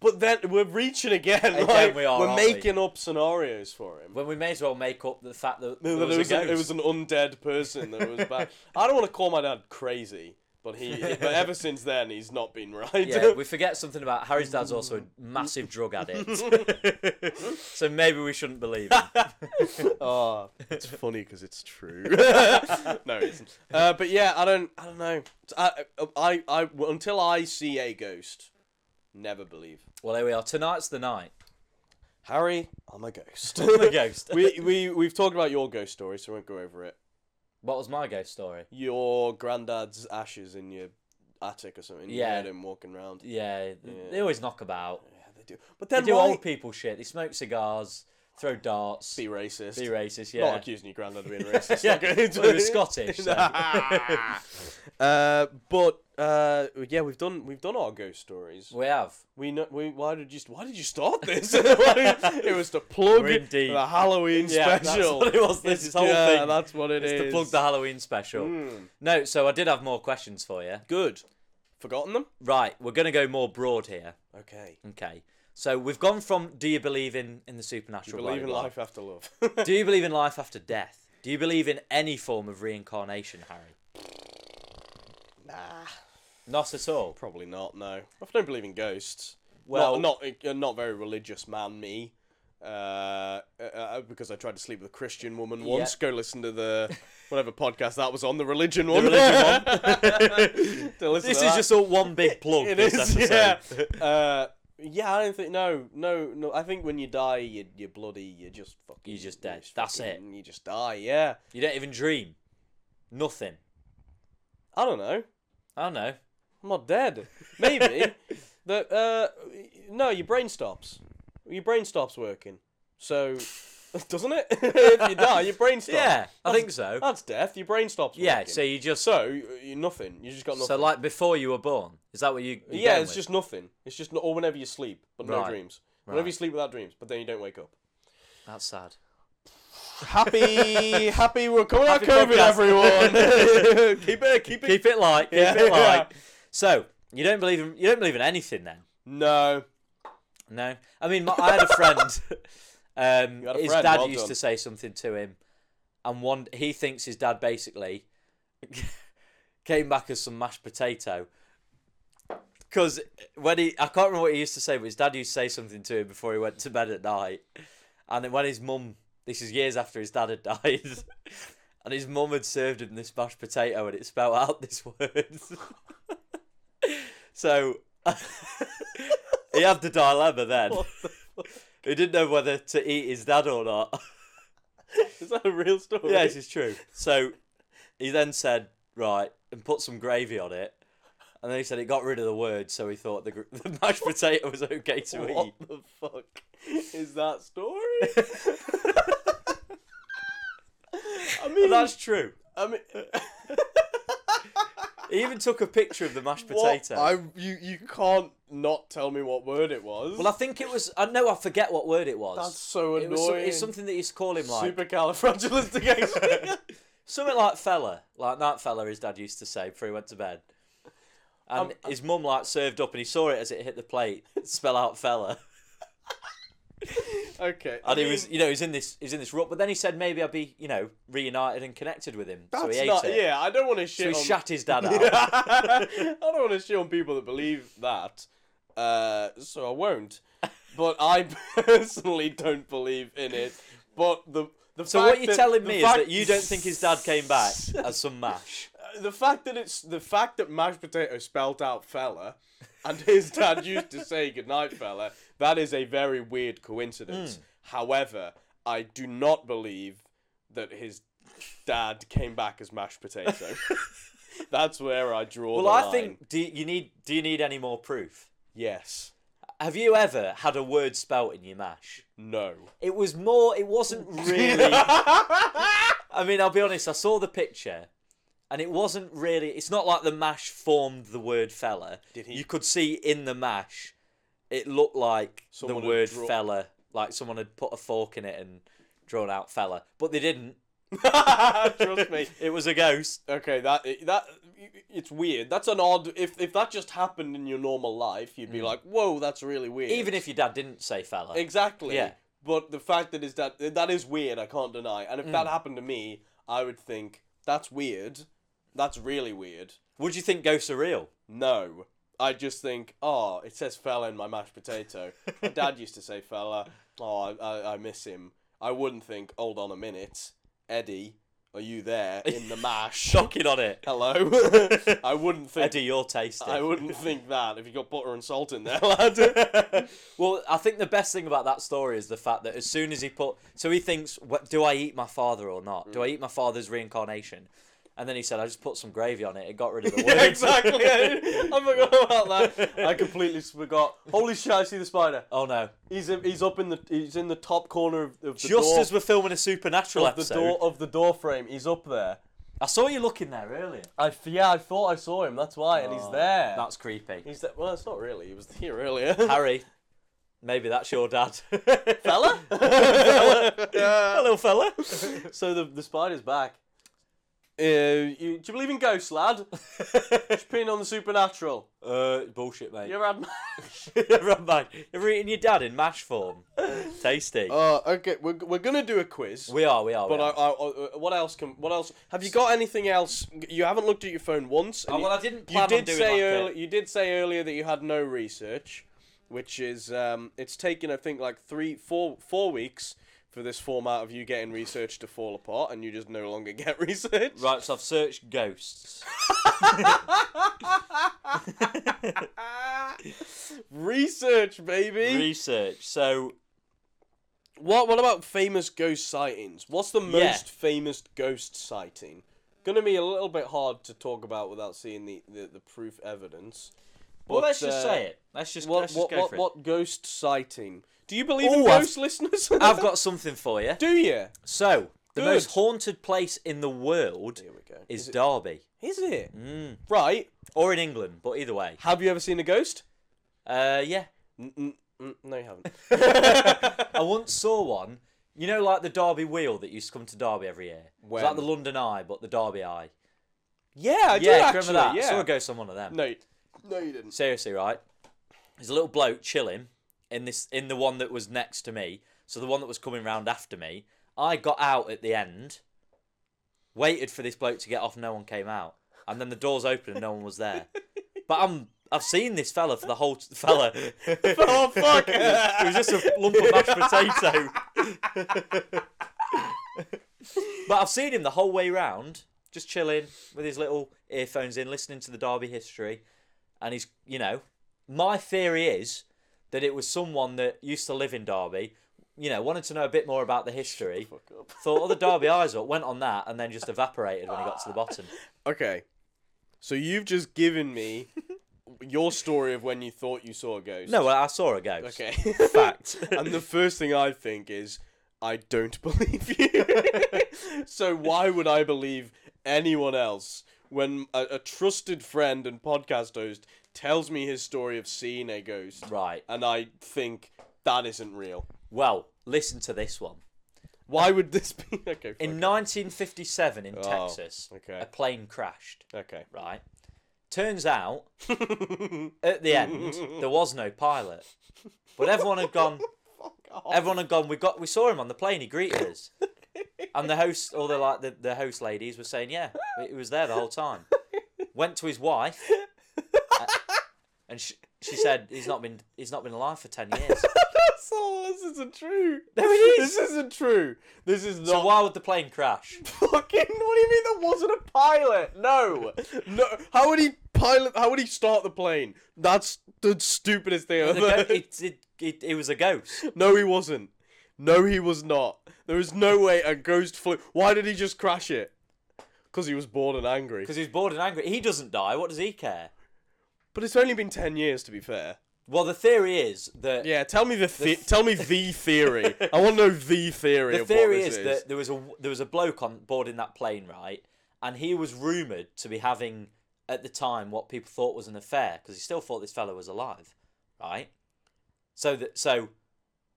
S2: But then we're reaching again.
S1: Again,
S2: like,
S1: we are,
S2: We're
S1: aren't we?
S2: making up scenarios for him.
S1: When we may as well make up the fact that there
S2: That
S1: was,
S2: it, was
S1: a
S2: an,
S1: ghost.
S2: it was an undead person that was back. I don't want to call my dad crazy, but he. but ever since then, he's not been right.
S1: yeah, we forget something about Harry's dad's also a massive drug addict. so maybe we shouldn't believe him.
S2: Oh, it's funny because it's true. no, it isn't. Uh, but yeah, I don't, I don't know. I, I, I, until I see a ghost, never believe.
S1: Well, here we are. Tonight's the night.
S2: Harry, I'm a ghost.
S1: The ghost.
S2: we, we, we've talked about your ghost story, so I won't go over it.
S1: What was my ghost story?
S2: Your granddad's ashes in your attic or something. You
S1: Yeah.
S2: heard him walking around. Yeah,
S1: Yeah, they always knock about.
S2: they do. But
S1: They
S2: then
S1: do
S2: why-
S1: old people shit. They smoke cigars, throw darts,
S2: be
S1: be,
S2: racist.
S1: racist. Yeah.
S2: Not accusing your granddad of being racist.
S1: Yeah,
S2: Okay.
S1: well, he was Scottish, so.
S2: uh, but uh, yeah, we've done we've done our ghost stories.
S1: We have.
S2: We know we why did you why did you start this? it was to plug
S1: We're in deep.
S2: the Halloween
S1: Yeah, that's
S2: special.
S1: what it was, this
S2: It's-
S1: whole
S2: yeah,
S1: thing.
S2: that's what it
S1: It's to
S2: is. Hmm.
S1: plug the Halloween special. No, so I did have more questions for you.
S2: Good. Forgotten them?
S1: Right, we're going to go more broad here.
S2: Okay.
S1: Okay. So we've gone from do you believe in, in the supernatural? blah,
S2: Believe in
S1: blah, blah.
S2: life after love.
S1: Do you believe in life after death? Do you believe in any form of reincarnation, Harry?
S2: nah.
S1: Not at all.
S2: Probably not. No. I don't believe in ghosts.
S1: Well-
S2: Well, not not, uh, not very religious man me. Uh, uh, uh, because I tried to sleep with a Christian woman once. Go listen to the whatever podcast that was on the religion one.
S1: religion
S2: To listen
S1: This
S2: to
S1: is
S2: that.
S1: just all one big plug.
S2: It
S1: this
S2: is, yeah.
S1: episode.
S2: uh, yeah, I don't think no, no, no. I think when you die, you you're bloody, you're just fucking,
S1: You're just dead.
S2: just
S1: That's
S2: fucking- You just die. Yeah,
S1: You don't even dream. Nothing.
S2: I don't know.
S1: I don't know.
S2: I'm not dead. Maybe the uh, no, your brain stops. Your brain stops working. So doesn't it? if you die, your brain stops.
S1: Yeah, I think so.
S2: That's death. Your brain stops.
S1: Yeah,
S2: working.
S1: so you just so,
S2: so you- you're nothing. You just got nothing.
S1: like before you were born. Is that what you? you're
S2: yeah,
S1: going
S2: it's
S1: with?
S2: just nothing. It's just or whenever you sleep, but no
S1: Right.
S2: dreams. Whenever
S1: Right.
S2: you sleep without dreams, but then you don't wake up.
S1: that's sad.
S2: happy, happy. We're coming
S1: Happy
S2: out COVID,
S1: podcast.
S2: everyone. keep it, keep it.
S1: Keep it light. Keep
S2: Yeah.
S1: it light. So you don't believe in you don't believe in anything then?
S2: No,
S1: No. I mean, my, I had a friend. Um,
S2: You had a
S1: his
S2: friend,
S1: dad
S2: well
S1: used
S2: done.
S1: to say something to him, and one he thinks his dad basically came back as some mashed potato. Because when he, I can't remember what he used to say, but his dad used to say something to him before he went to bed at night. And then when his mum, this is years after his dad had died, and his mum had served him this mashed potato, and it spelled out this word. so he had the dilemma then. He didn't know whether to eat his dad or not.
S2: is that a real story?
S1: yeah, this is true. So he then said, right, and put some gravy on it. And then he said it got rid of the word, so he thought the, gr- the mashed potato was okay to
S2: What
S1: eat.
S2: the fuck is that story? I mean,
S1: And that's true.
S2: I mean,
S1: He even took a picture of the mashed
S2: what?
S1: potato.
S2: I you you can't not tell me what word it was.
S1: Well, I think it was. I know I forget what word it was.
S2: that's so
S1: it was some-
S2: annoying.
S1: it's something that you used to call him like
S2: supercalifragilistic.
S1: something like fella, like night fella. His dad used to say before he went to bed.
S2: Um,
S1: And his mum like served up, and he saw it as it hit the plate. Spell out fella.
S2: okay,
S1: And he
S2: mean,
S1: was, you know, he's in this, he's in this rut. But then he said maybe I'd be, you know, reunited and connected with him. so
S2: That's
S1: he ate
S2: not.
S1: it.
S2: Yeah, I don't want to
S1: So
S2: shit.
S1: he
S2: on...
S1: shat his dad out.
S2: I don't want to shit on people that believe that, uh, so I won't. But I personally don't believe in it. But the the
S1: So
S2: fact
S1: what you're
S2: that,
S1: telling
S2: the
S1: me
S2: fact-
S1: is that you don't think his dad came back as some mash.
S2: the fact that it's the fact that mashed potato spelled out fella, and his dad used to say goodnight fella. That is a very weird coincidence.
S1: Hmm.
S2: However, I do not believe that his dad came back as mashed potato. That's where I draw.
S1: Well,
S2: the
S1: I
S2: line.
S1: think do you need do you need any more proof?
S2: yes.
S1: Have you ever had a word spelt in your mash?
S2: No.
S1: It was more. It wasn't really. I mean, I'll be honest. I saw the picture, and it wasn't really. It's not like the mash formed the word fella.
S2: Did he-
S1: You could see in the mash, it looked like
S2: Someone
S1: the
S2: had
S1: word
S2: draw-
S1: fella, like someone had put a fork in it and drawn out fella, but they didn't.
S2: Trust me.
S1: it was a ghost.
S2: Okay, that that it's weird. That's an odd. If if that just happened in your normal life, you'd be like, "Whoa, that's really weird."
S1: Hmm. Even if your dad didn't say fella,
S2: exactly.
S1: Yeah.
S2: But the fact that is that that is weird. I can't deny. And if
S1: Mm.
S2: that happened to me, I would think that's weird. That's really weird.
S1: would you think ghosts are real?
S2: No, I just think, oh, it says fella in my mashed potato. my dad used to say fella. Oh, I, I, I miss him. I wouldn't think. Hold on a minute, Eddie. Are you there in the mash?
S1: Shocking on it.
S2: Hello. I wouldn't think.
S1: Eddie, you're tasty.
S2: I wouldn't think that if you got butter and salt in there, lad.
S1: Well, I think the best thing about that story is the fact that as soon as he put, so he thinks, what, do I eat my father or not?
S2: Mm.
S1: Do I eat my father's reincarnation? And then he said, I just put some gravy on it. It got rid of the words.
S2: yeah, exactly. I forgot about that. I completely forgot. Holy shit! I see the spider.
S1: Oh no!
S2: He's he's up in the he's in the top corner of, of
S1: Just
S2: the door
S1: as we're filming a supernatural
S2: of the
S1: episode,
S2: door of the door frame. He's up there.
S1: I saw you looking there earlier.
S2: I f- yeah, I thought I saw him. That's why, and he's
S1: Oh,
S2: there.
S1: That's creepy.
S2: he's there. Well, it's not really. He was here earlier.
S1: Harry, maybe that's your dad.
S2: fella. Uh,
S1: Hello, fella.
S2: so the the spider's back. Uh, you, do you believe in ghosts, lad? Just peeing on the supernatural.
S1: uh, bullshit, mate.
S2: You ever had?
S1: Never mind. Ever eaten your dad in mash form? Tasty.
S2: Uh, okay, we're, we're gonna do a quiz.
S1: we are. We are.
S2: But
S1: we
S2: I,
S1: are.
S2: I, I, what else can? What else? Have you got anything else? You haven't looked at your phone once. and
S1: Oh,
S2: you-
S1: well, I didn't plan
S2: You
S1: on
S2: did
S1: doing
S2: say
S1: like a-
S2: earlier. You did say earlier that you had no research, which is um, it's taken I think like three, four, four weeks for this format of you getting research to fall apart, and you just no longer get research.
S1: Right, so I've searched ghosts.
S2: Research, baby.
S1: Research. So
S2: what? What about famous ghost sightings? What's the most
S1: Yeah.
S2: famous ghost sighting? Gonna be a little bit hard to talk about without seeing the, the, the proof evidence.
S1: well,
S2: But,
S1: let's just
S2: uh,
S1: say it. Let's just
S2: What
S1: let's just
S2: what,
S1: go
S2: what,
S1: for
S2: what ghost sighting? Do you believe in
S1: Ooh, I've- Ah.
S2: ghosts, listeners?
S1: it. I've got something for you.
S2: Do you?
S1: So the
S2: Good.
S1: most haunted place in the world
S2: Here we go.
S1: is,
S2: Is it-
S1: Derby,
S2: Is it
S1: Mm.
S2: right?
S1: or in England, but either way.
S2: Have you ever seen a ghost?
S1: Uh, yeah,
S2: Mm, mm, no, you haven't.
S1: I once saw one. You know, like the Derby Wheel that used to come to Derby every year.
S2: When?
S1: It's like the London Eye, but the Derby Eye.
S2: yeah,
S1: yeah,
S2: I do
S1: do you
S2: actually.
S1: remember that? I
S2: Yeah.
S1: saw a ghost on one of them.
S2: No, you- no, you didn't.
S1: seriously, right? There's a little bloke chilling in this in the one that was next to me. So the one that was coming round after me, I got out at the end, waited for this bloke to get off. No one came out, and then the doors opened and no one was there. But I'm I've seen this fella for the whole fella.
S2: Oh fuck!
S1: it was just a lump of mashed potato. but I've seen him the whole way round, just chilling with his little earphones in, listening to the Derby history. And he's, you know, my theory is that it was someone that used to live in Derby, you know, wanted to know a bit more about the history,
S2: Fuck up.
S1: thought, oh, the Derby eyes up, went on that, and then just evaporated when he got to the bottom.
S2: Okay, so you've just given me your story of when you thought you saw a ghost.
S1: No, well, I saw a ghost.
S2: Okay.
S1: Fact.
S2: and the first thing I think is, I don't believe you. so why would I believe anyone else when a, a trusted friend and podcast host tells me his story of seeing a ghost,
S1: right.
S2: and I think that isn't real?
S1: Well, listen to this one.
S2: Why would this be? Okay. fuck
S1: In
S2: it.
S1: 1957 in Texas,
S2: okay.
S1: a plane crashed,
S2: okay.
S1: right? Turns out, at the end, there was no pilot. But everyone had gone,
S2: Fuck off.
S1: everyone had gone, we got, we saw him on the plane, he greeted us. And the host, or the, like, the, the host ladies were saying, yeah, he was there the whole time. Went to his wife, uh, and she, she said, he's not been, he's not been alive for 10 years.
S2: That's all. This isn't true.
S1: No, it is.
S2: This isn't true. This is not.
S1: So why would the plane crash?
S2: Fucking! What do you mean there wasn't a pilot? No, no. How would he pilot? How would he start the plane? That's the stupidest thing
S1: The go-
S2: ever.
S1: it, it, it, it was a ghost.
S2: no, he wasn't. No, he was not. There is no way a ghost flew. Why did he just crash it? Because he was bored and angry.
S1: Because he's bored and angry. He doesn't die. What does he care?
S2: But it's only been ten years, to be fair.
S1: Well, the theory is that
S2: Yeah, tell me the, the- tell me the theory. I want to know the theory.
S1: the
S2: of
S1: theory
S2: what
S1: is,
S2: this is,
S1: that there was a there was a bloke on board in that plane, right? And he was rumored to be having at the time what people thought was an affair because he still thought this fellow was alive, right? So that so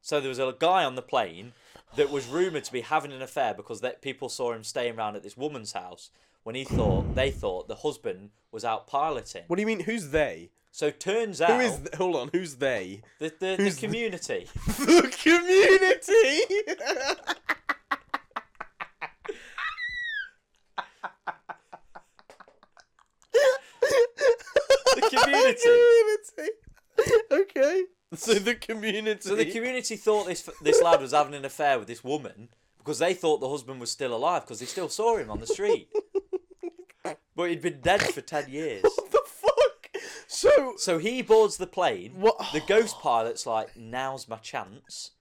S1: so there was a guy on the plane that was rumored to be having an affair because that people saw him staying around at this woman's house when he thought they thought the husband was out piloting.
S2: What do you mean? Who's they?
S1: So turns out
S2: Who is? th- hold on. Who's they?
S1: the, the, the community
S2: the community.
S1: the community
S2: community. Okay. So the community.
S1: So the community thought this this lad was having an affair with this woman because they thought the husband was still alive because they still saw him on the street. but he'd been dead for 10 years.
S2: what the fuck? So
S1: So he boards the plane.
S2: What-
S1: The ghost pilot's like, now's my chance.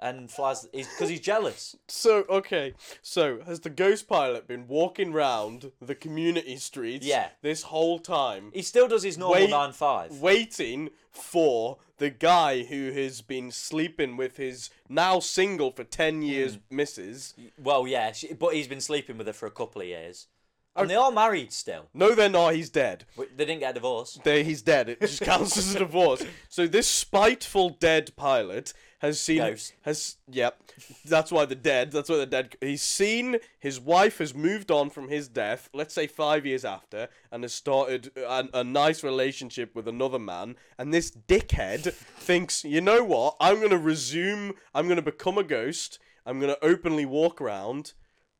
S1: And flies because he's jealous.
S2: so okay. So has the ghost pilot been walking round the community streets?
S1: Yeah.
S2: This whole time.
S1: He still does his normal
S2: Wait-
S1: 9 5.
S2: waiting for the guy who has been sleeping with his now single for 10 years missus.
S1: Well, yeah, she, but he's been sleeping with her for a couple of years. And they are married still.
S2: No, they're not. He's dead.
S1: But They didn't get a divorce.
S2: They, he's dead. It just counts as a divorce. So this spiteful dead pilot has seen
S1: Ghost.
S2: has yep. That's why the dead. That's why the dead. He's seen his wife has moved on from his death. Let's say five years after, and has started a, a nice relationship with another man. And this dickhead thinks, you know what? I'm gonna resume. I'm gonna become a ghost. I'm gonna openly walk around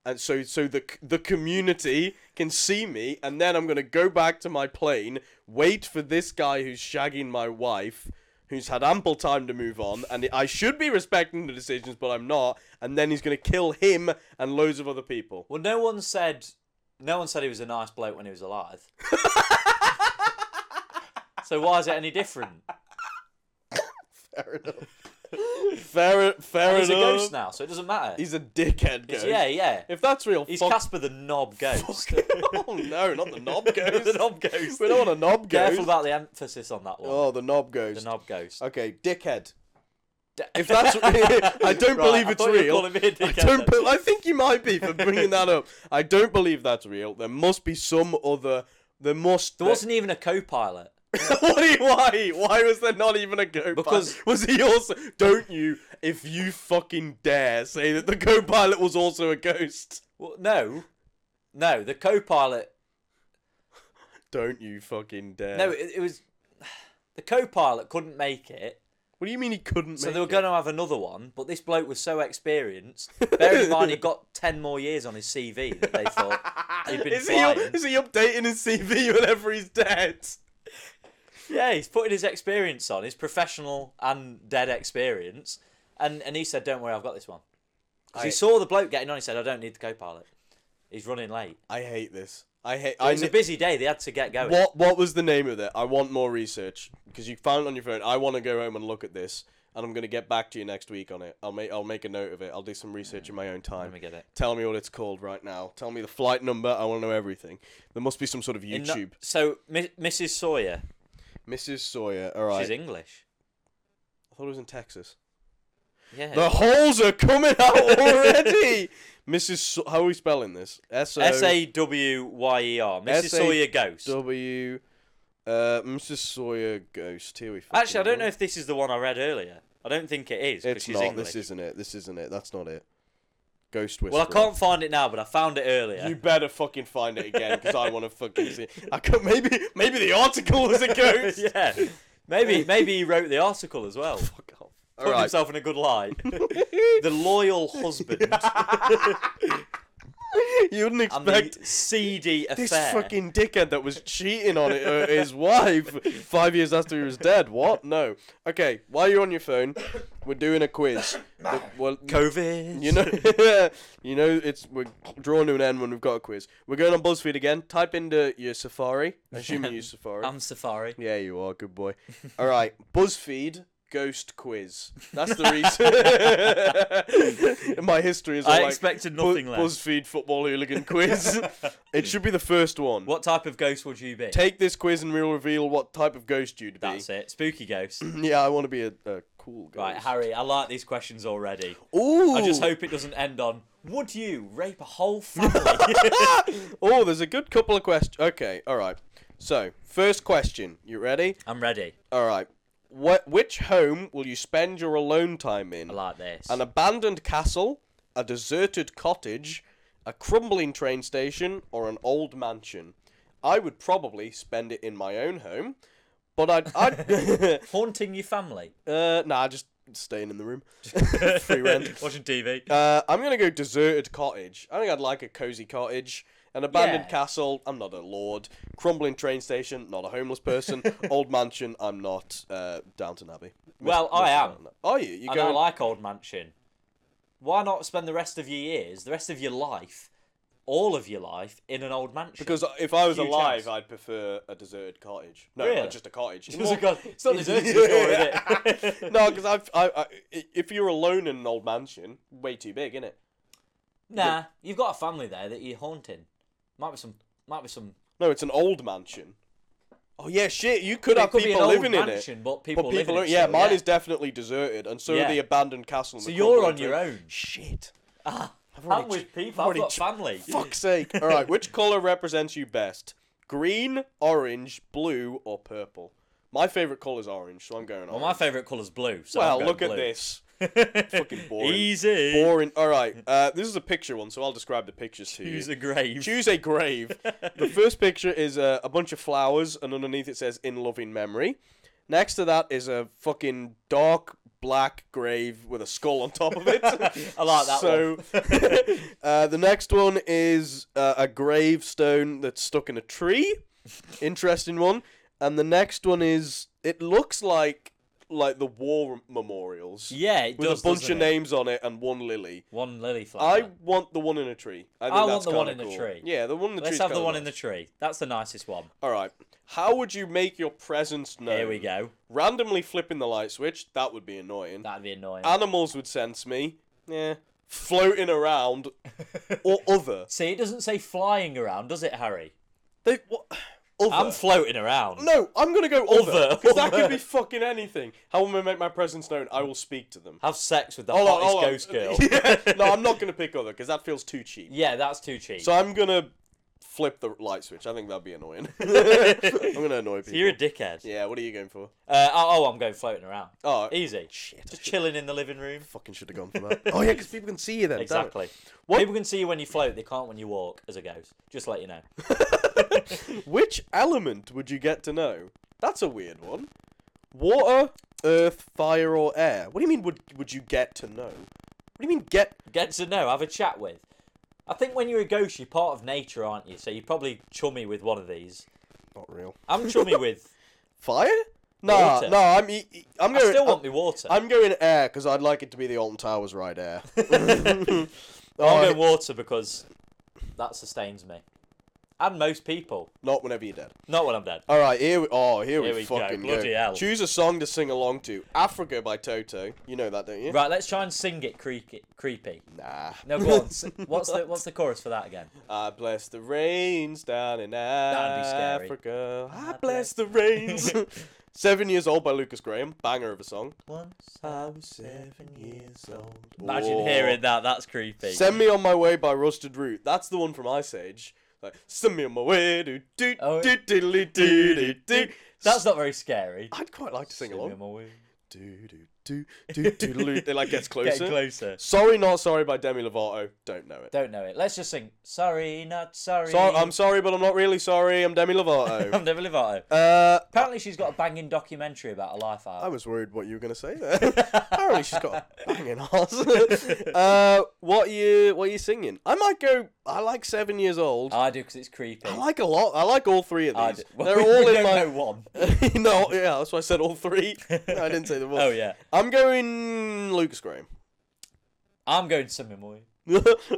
S2: and so so the c- the community can see me and then i'm going to go back to my plane wait for this guy who's shagging my wife who's had ample time to move on and i should be respecting the decisions but i'm not and then he's going to kill him and loads of other people
S1: Well, no one said. No one said he was a nice bloke when he was alive. so why is it any different?
S2: fair enough fair, fair
S1: He's a
S2: enough
S1: ghost now, so it doesn't matter.
S2: he's a dickhead ghost
S1: yeah, yeah.
S2: if that's real
S1: He's
S2: fuck
S1: Casper the Knob Ghost.
S2: oh no not the knob ghost
S1: the Knob Ghost.
S2: we don't want a knob ghost
S1: Careful about the emphasis on that one.
S2: oh the knob ghost
S1: The Knob Ghost.
S2: okay dickhead If that's, I don't
S1: Right,
S2: believe
S1: I
S2: it's
S1: thought you were
S2: real.
S1: calling me a
S2: I
S1: dickhead
S2: don't.
S1: then.
S2: be- I think you might be for bringing that up. I don't believe that's real. There must be some other. There must.
S1: There wasn't even a co-pilot.
S2: what do you- why? Why was there not even a go?
S1: Because-
S2: was he also? Don't you? If you fucking dare say that the co-pilot was also a ghost.
S1: Well, no, no, the co-pilot.
S2: Don't you fucking dare.
S1: No, it, it was the co-pilot couldn't make it.
S2: What do you mean he couldn't?
S1: So they were going to have another one, but this bloke was so experienced. Bear in mind, he got ten more years on his CV that they thought he'd been
S2: Is he,
S1: flying.
S2: is he updating his CV whenever he's dead?
S1: Yeah, he's putting his experience on, his professional and dead experience, and and he said, "Don't worry, I've got this one." 'Cause
S2: I-
S1: he saw the bloke getting on. He said, "I don't need the co-pilot. He's running late.
S2: I hate this. I hate.
S1: It
S2: I
S1: was a
S2: kn-
S1: busy day. They had to get going."
S2: What what was the name of it? I want more research because you found it on your phone. I want to go home and look at this, and I'm gonna get back to you next week on it. I'll make I'll make a note of it. I'll do some research in my own time.
S1: Let me get it.
S2: Tell me what it's called right now. Tell me the flight number. I want to know everything. There must be some sort of
S1: In no-
S2: YouTube.
S1: so Mi- Mrs. Sawyer,
S2: Mrs. Sawyer. All right.
S1: she's English.
S2: I thought it was in Texas.
S1: Yeah.
S2: The holes are coming out already. Mrs. Saw How are we spelling this? S O
S1: S A W Y E R. Mrs.
S2: S A
S1: Sawyer Ghost.
S2: W. Uh, Mrs. Sawyer Ghost. Here we.
S1: Actually, I
S2: fucking
S1: don't
S2: go.
S1: know if this is the one I read earlier. I don't think it is. 'cause
S2: It's
S1: she's
S2: not.
S1: English.
S2: This isn't it. This isn't it. That's not it. Ghost Whisperer.
S1: Well, I can't find it now, but I found it earlier.
S2: You better fucking find it again because I want to fucking see. I could maybe maybe the article was a ghost.
S1: yeah. Maybe maybe he wrote the article as well.
S2: Fuck off.
S1: Put
S2: All right.
S1: himself in a good light. the loyal husband
S2: You wouldn't
S1: and the
S2: expect
S1: seedy
S2: this
S1: affair.
S2: fucking dickhead that was cheating on it, uh, his wife five years after he was dead. What? No. Okay. While you're on your phone, we're doing a quiz. The- well,
S1: COVID.
S2: You know, you know, it's we're drawing to an end when we've got a quiz. We're going on BuzzFeed again. Type into your Safari. Assuming you use Safari.
S1: I'm Safari.
S2: Yeah, you are. Good boy. All right. BuzzFeed ghost quiz. That's the reason. My history is all
S1: I
S2: like,
S1: expected
S2: "Bu-
S1: nothing less."
S2: BuzzFeed football hooligan quiz. it should be the first one.
S1: What type of ghost would you be?
S2: Take this quiz and we'll reveal what type of ghost you'd be.
S1: That's it. Spooky ghost.
S2: Yeah, I want to be a, a cool ghost.
S1: right, Harry, I like these questions already.
S2: Ooh.
S1: I just hope it doesn't end on would you rape a whole family?
S2: Oh, there's a good couple of questions. Okay, all right. So, first question. You ready?
S1: I'm ready.
S2: All right. What which home will you spend your alone time in?
S1: I like this.
S2: An abandoned castle, a deserted cottage, a crumbling train station, or an old mansion. I would probably spend it in my own home, but I'd, I'd
S1: Haunting your family.
S2: uh, nah, just staying in the room, free rent.
S1: Watching TV.
S2: Uh, I'm gonna go deserted cottage. I think I'd like a cozy cottage, an abandoned
S1: Yeah.
S2: castle. I'm not a lord. Crumbling train station. Not a homeless person. Old mansion. I'm not uh, Downton Abbey.
S1: Well, I am.
S2: Downton Abbey. Are you? You
S1: I
S2: go.
S1: don't like Old Mansion. Why not spend the rest of your years, the rest of your life, all of your life in an old mansion?
S2: because if I was
S1: Huge
S2: alive,
S1: house.
S2: I'd prefer a deserted cottage. No,
S1: Really?
S2: just a cottage.
S1: It's not- it's not deserted anymore, is it?
S2: no, because I've, I, I, i- if you're alone in an old mansion, way too big, isn't it?
S1: nah, you've got a family there that you're haunting. Might be some, might be some.
S2: No, it's an old mansion. Oh yeah, shit. You could have
S1: it could be an
S2: people
S1: old
S2: living in it.
S1: mansion, but people,
S2: But people
S1: living
S2: are,
S1: in it
S2: yeah,
S1: still,
S2: mine is definitely deserted, and so
S1: Yeah.
S2: are the abandoned castle. and
S1: So
S2: the
S1: you're
S2: crumbling
S1: on your
S2: tomb.
S1: own.
S2: Shit.
S1: Ah,
S2: I've already
S1: I'm
S2: ch-
S1: with
S2: I've
S1: people. I've
S2: already
S1: got
S2: ch-
S1: family.
S2: Fuck's sake. All right, which color represents you best? Green, orange, blue, or purple? My favorite color is orange, so I'm going
S1: Well,
S2: orange.
S1: my favourite colour's blue. So
S2: Well,
S1: I'm going
S2: look at
S1: blue.
S2: this. Fucking boring.
S1: Easy.
S2: Boring. All right, uh, this is a picture one, so I'll describe the pictures to
S1: Use
S2: you.
S1: a grave.
S2: Choose a grave. the first picture is uh, a bunch of flowers, and underneath it says "In loving memory." Next to that is a fucking dark black grave with a skull on top of it.
S1: I like that
S2: so, one. uh, the next one is uh, a gravestone that's stuck in a tree. Interesting one. And the next one is it looks like like the war memorials
S1: Yeah, it
S2: with
S1: does.
S2: a bunch
S1: doesn't
S2: of
S1: it?
S2: names on it and one lily.
S1: One lily flower.
S2: I want the one in a tree. I, think
S1: I want
S2: that's
S1: the one
S2: kinda
S1: in the
S2: cool.
S1: tree.
S2: Yeah, the one in the tree.
S1: Let's have the one in the tree. That's the nicest one.
S2: All right. How would you make your presence known?
S1: Here we go.
S2: Randomly flipping the light switch. That would be annoying.
S1: That'd be annoying.
S2: Animals would sense me. Yeah. Floating around or other.
S1: See, it doesn't say flying around, does it, Harry?
S2: They what? Other.
S1: I'm floating around.
S2: no, I'm gonna go
S1: Other,
S2: other because that
S1: other.
S2: could be fucking anything. How am I make my presence known? I will speak to them.
S1: Have sex with the
S2: Hold on,
S1: hottest
S2: hold on.
S1: Oh, ghost girl.
S2: Yeah. No, I'm not gonna pick other because that feels too cheap.
S1: Yeah, that's too cheap.
S2: So I'm gonna flip the light switch. I think that'd be annoying. I'm gonna annoy people.
S1: You're a dickhead.
S2: yeah, what are you going for?
S1: Uh, oh, oh, I'm going floating around.
S2: Oh,
S1: Easy. Just chilling in the living room.
S2: fucking should have gone for that. oh yeah, because people can see you then. damn it.
S1: Exactly.
S2: What-
S1: People can see you when you float. They can't when you walk as a ghost. Just to let you know.
S2: Which element would you get to know? That's a weird one. Water, earth, fire, or air. What do you mean? Would would you get to know? What do you mean get?
S1: Get to know. Have a chat with. I think when you're a ghost, you're part of nature, aren't you? So you're probably chummy with one of these.
S2: Not real.
S1: I'm chummy with.
S2: Fire? Nah,
S1: Water.
S2: no. I'm e- e- I'm
S1: I
S2: going.
S1: still want
S2: I'm,
S1: me water.
S2: I'm going air because I'd like it to be the Alton Towers ride air.
S1: I'll
S2: Alright,
S1: go water because that sustains me. And most people.
S2: Not whenever you're dead.
S1: Not when I'm dead.
S2: All right, here we oh here,
S1: Here
S2: we,
S1: we go,
S2: fucking
S1: bloody hell.
S2: Choose a song to sing along to. Africa by Toto. You know that, don't you?
S1: Right, let's try and sing it creaky, creepy.
S2: Nah.
S1: No, go on. s- What's the what's the chorus for that again?
S2: I bless the rains down in
S1: That'd be scary. Ah,
S2: Africa. I bless the rains. Seven years old by Lucas Graham. Banger of a song.
S1: Once.
S2: I was seven years old.
S1: Imagine hearing that. That's creepy.
S2: Send me on my way by Rusted Root. That's the one from Ice Age. Like, send me on my way. Do do
S1: Oh,
S2: do do do do do.
S1: That's not very scary.
S2: I'd quite like to sing
S1: Send me on
S2: along.
S1: my way.
S2: Do do do do do do. It like gets
S1: Getting
S2: closer.
S1: closer.
S2: Sorry, not sorry by Demi Lovato. Don't know it.
S1: Don't know it. Let's just sing. Sorry, not sorry.
S2: So, I'm sorry, but I'm not really sorry. I'm Demi Lovato.
S1: I'm Demi Lovato.
S2: uh,
S1: Apparently, she's got a banging documentary about her life
S2: I
S1: out.
S2: was worried what you were going to say there. Apparently, she's got a banging ass. uh, what are you What are you singing? I might go. I like seven years old.
S1: I do because it's creepy.
S2: I like a lot. I like all three of
S1: I do.
S2: these.
S1: Well,
S2: They're
S1: we-
S2: all
S1: we
S2: in
S1: don't
S2: my.
S1: know one.
S2: no, yeah, that's why I said all three. No, I didn't say the one.
S1: Oh yeah,
S2: I'm going Lucas Graham.
S1: I'm going to sing Memory.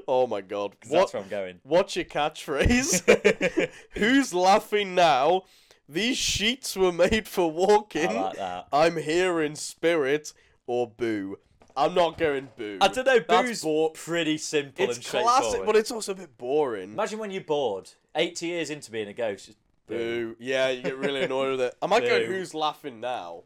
S2: oh my god.
S1: That's
S2: What?
S1: where I'm going.
S2: What's your catchphrase? Who's laughing now? These sheets were made for walking.
S1: I like that.
S2: I'm here in spirit or boo. I'm not going boo.
S1: I don't know.
S2: That's
S1: Boo's
S2: bo-
S1: pretty simple
S2: It's
S1: and
S2: classic,
S1: straightforward.
S2: but it's also a bit boring.
S1: Imagine when you're bored, 80 years into being a ghost. just boo.
S2: Boo. Yeah, you get really annoyed with it. I might go,
S1: Boo.
S2: who's laughing now?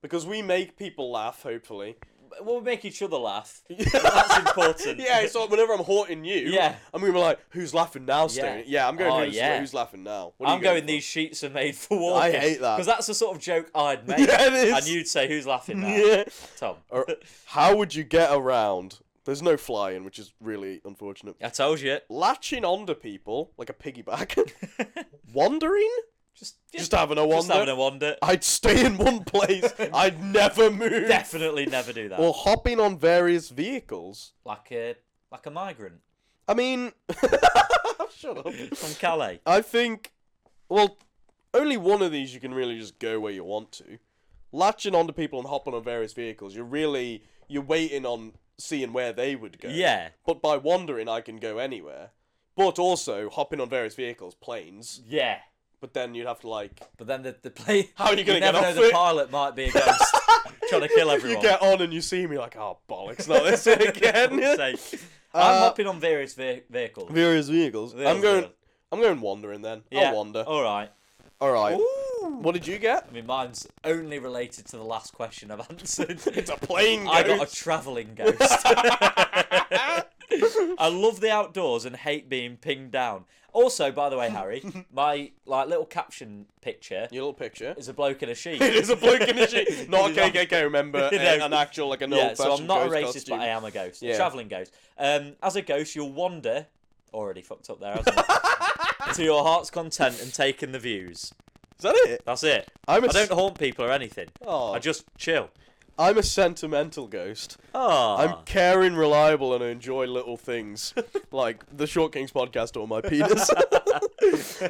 S2: Because we make people laugh, hopefully.
S1: We'll make each other laugh. That's important.
S2: Yeah, so whenever I'm haunting you,
S1: Yeah.
S2: I'm going to be like, who's laughing now, Stone? Yeah, I'm going,
S1: Oh,
S2: who's,
S1: yeah.
S2: who's laughing now? What are you
S1: I'm going,
S2: for?
S1: these sheets are made for walking.
S2: hate that.
S1: Because that's the sort of joke I'd make.
S2: Yeah, it is.
S1: And you'd say, who's laughing now?
S2: Yeah.
S1: Tom.
S2: Or, how would you get around? There's no flying, which is really unfortunate.
S1: I told you.
S2: Latching onto people like a piggyback. Wandering?
S1: Just,
S2: Just having a
S1: just
S2: wander.
S1: having a wander.
S2: I'd stay in one place. I'd never move.
S1: Definitely never do that.
S2: Or hopping on various vehicles.
S1: like a like a migrant
S2: I mean, shut up.
S1: from Calais.
S2: I think, well, only one of these you can really just go where you want to. Latching onto people and hopping on various vehicles, you're really you're waiting on seeing where they would go.
S1: Yeah.
S2: But by wandering, I can go anywhere. But also hopping on various vehicles, planes.
S1: Yeah.
S2: But then you'd have to like
S1: But then the, the plane.
S2: How are you gonna get
S1: never know
S2: off
S1: the
S2: it?
S1: pilot might be a ghost trying to kill everyone.
S2: you get on and you see me like, oh bollocks, not this again.
S1: For fuck's sake. I'm
S2: Uh,
S1: hopping on various ve- vehicles.
S2: Various vehicles. I'm
S1: Various
S2: going.
S1: vehicles.
S2: I'm going wandering then.
S1: yeah. Oh.
S2: I'll wander.
S1: All right.
S2: All right. What did you get?
S1: I mean, mine's only related to the last question I've answered.
S2: It's a plane
S1: I got a
S2: ghost.
S1: travelling ghost. I love the outdoors and hate being pinged down. Also, by the way, Harry, my like little caption picture
S2: Your little picture.
S1: is a bloke in a sheet.
S2: It is a bloke in a sheet. Not a KKK, remember?
S1: No.
S2: a- an actual, like an
S1: yeah,
S2: old
S1: so I'm not a racist,
S2: ghost
S1: but I am a ghost.
S2: Yeah.
S1: A travelling ghost. Um, as a ghost, you'll wander, already fucked up there, hasn't it? to your heart's content and take in the views.
S2: Is that it?
S1: That's it.
S2: I'm a
S1: I
S2: s-
S1: don't haunt people or anything.
S2: Aw.
S1: I just chill.
S2: I'm a sentimental ghost.
S1: Oh,
S2: I'm caring, reliable, and I enjoy little things like the Short Kings podcast or my penis.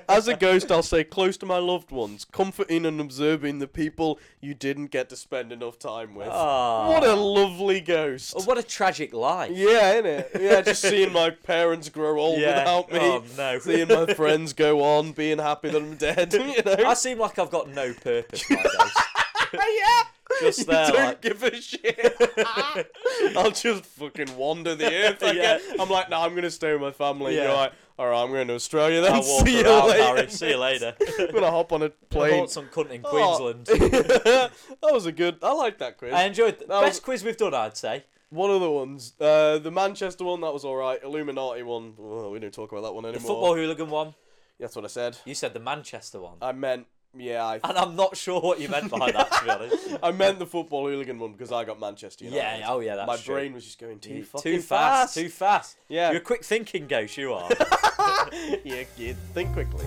S2: As a ghost, I'll stay close to my loved ones, comforting and observing the people you didn't get to spend enough time with.
S1: Ah.
S2: What a lovely ghost.
S1: Oh, what a tragic life.
S2: Yeah, innit? Yeah, just seeing my parents grow old
S1: Yeah.
S2: without me.
S1: Oh, no.
S2: Seeing my friends go on, being happy that I'm dead, you know?
S1: I seem like I've got no purpose nowadays.
S2: yeah!
S1: Just there,
S2: don't
S1: like-
S2: give a shit. I'll just fucking wander the earth. I
S1: Yeah.
S2: guess. I'm like, nah, I'm gonna stay with my family.
S1: Yeah.
S2: You're like, all right, I'm going to Australia then.
S1: I'll walk
S2: See you
S1: around,
S2: later.
S1: Harry. See you later.
S2: I'm gonna hop on a
S1: I
S2: plane.
S1: bought some cunt in
S2: Oh.
S1: Queensland.
S2: that was a good. I like that quiz.
S1: I enjoyed the
S2: That
S1: best
S2: was-
S1: quiz we've done, I'd say.
S2: One of the ones, uh, the Manchester one, that was all right. Illuminati one, oh, we don't talk about that one
S1: The
S2: anymore.
S1: football hooligan one.
S2: That's what I said.
S1: You said the Manchester one.
S2: I meant, yeah, I
S1: And I'm not sure what you meant by that, to be honest.
S2: I meant the football hooligan one because I got Manchester United.
S1: Yeah, oh yeah, that's
S2: My
S1: true.
S2: brain was just going too,
S1: Too
S2: fucking
S1: fast, too fast.
S2: Yeah.
S1: You're a quick thinking ghost, you are.
S2: yeah, yeah, think quickly.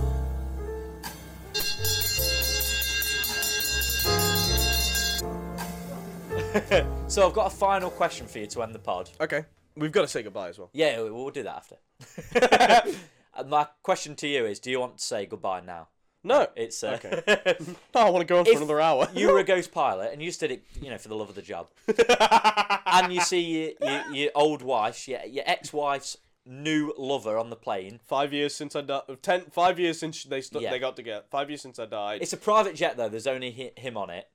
S1: so I've got a final question for you to end the pod.
S2: Okay, we've got to say goodbye as well.
S1: Yeah, we- we'll do that after. And My question to you is do you want to say goodbye now?
S2: No,
S1: It's uh,
S2: Okay. no, I want to go on for
S1: If
S2: another hour.
S1: you were a ghost pilot and you just did it, you know, for the love of the job. and you see your, your, your old wife, your, your ex-wife's new lover on the plane.
S2: five years since I died. Ten, five years since they stu-
S1: Yeah.
S2: they got together. Five years since I died.
S1: It's a private jet though. There's only hi- him on it.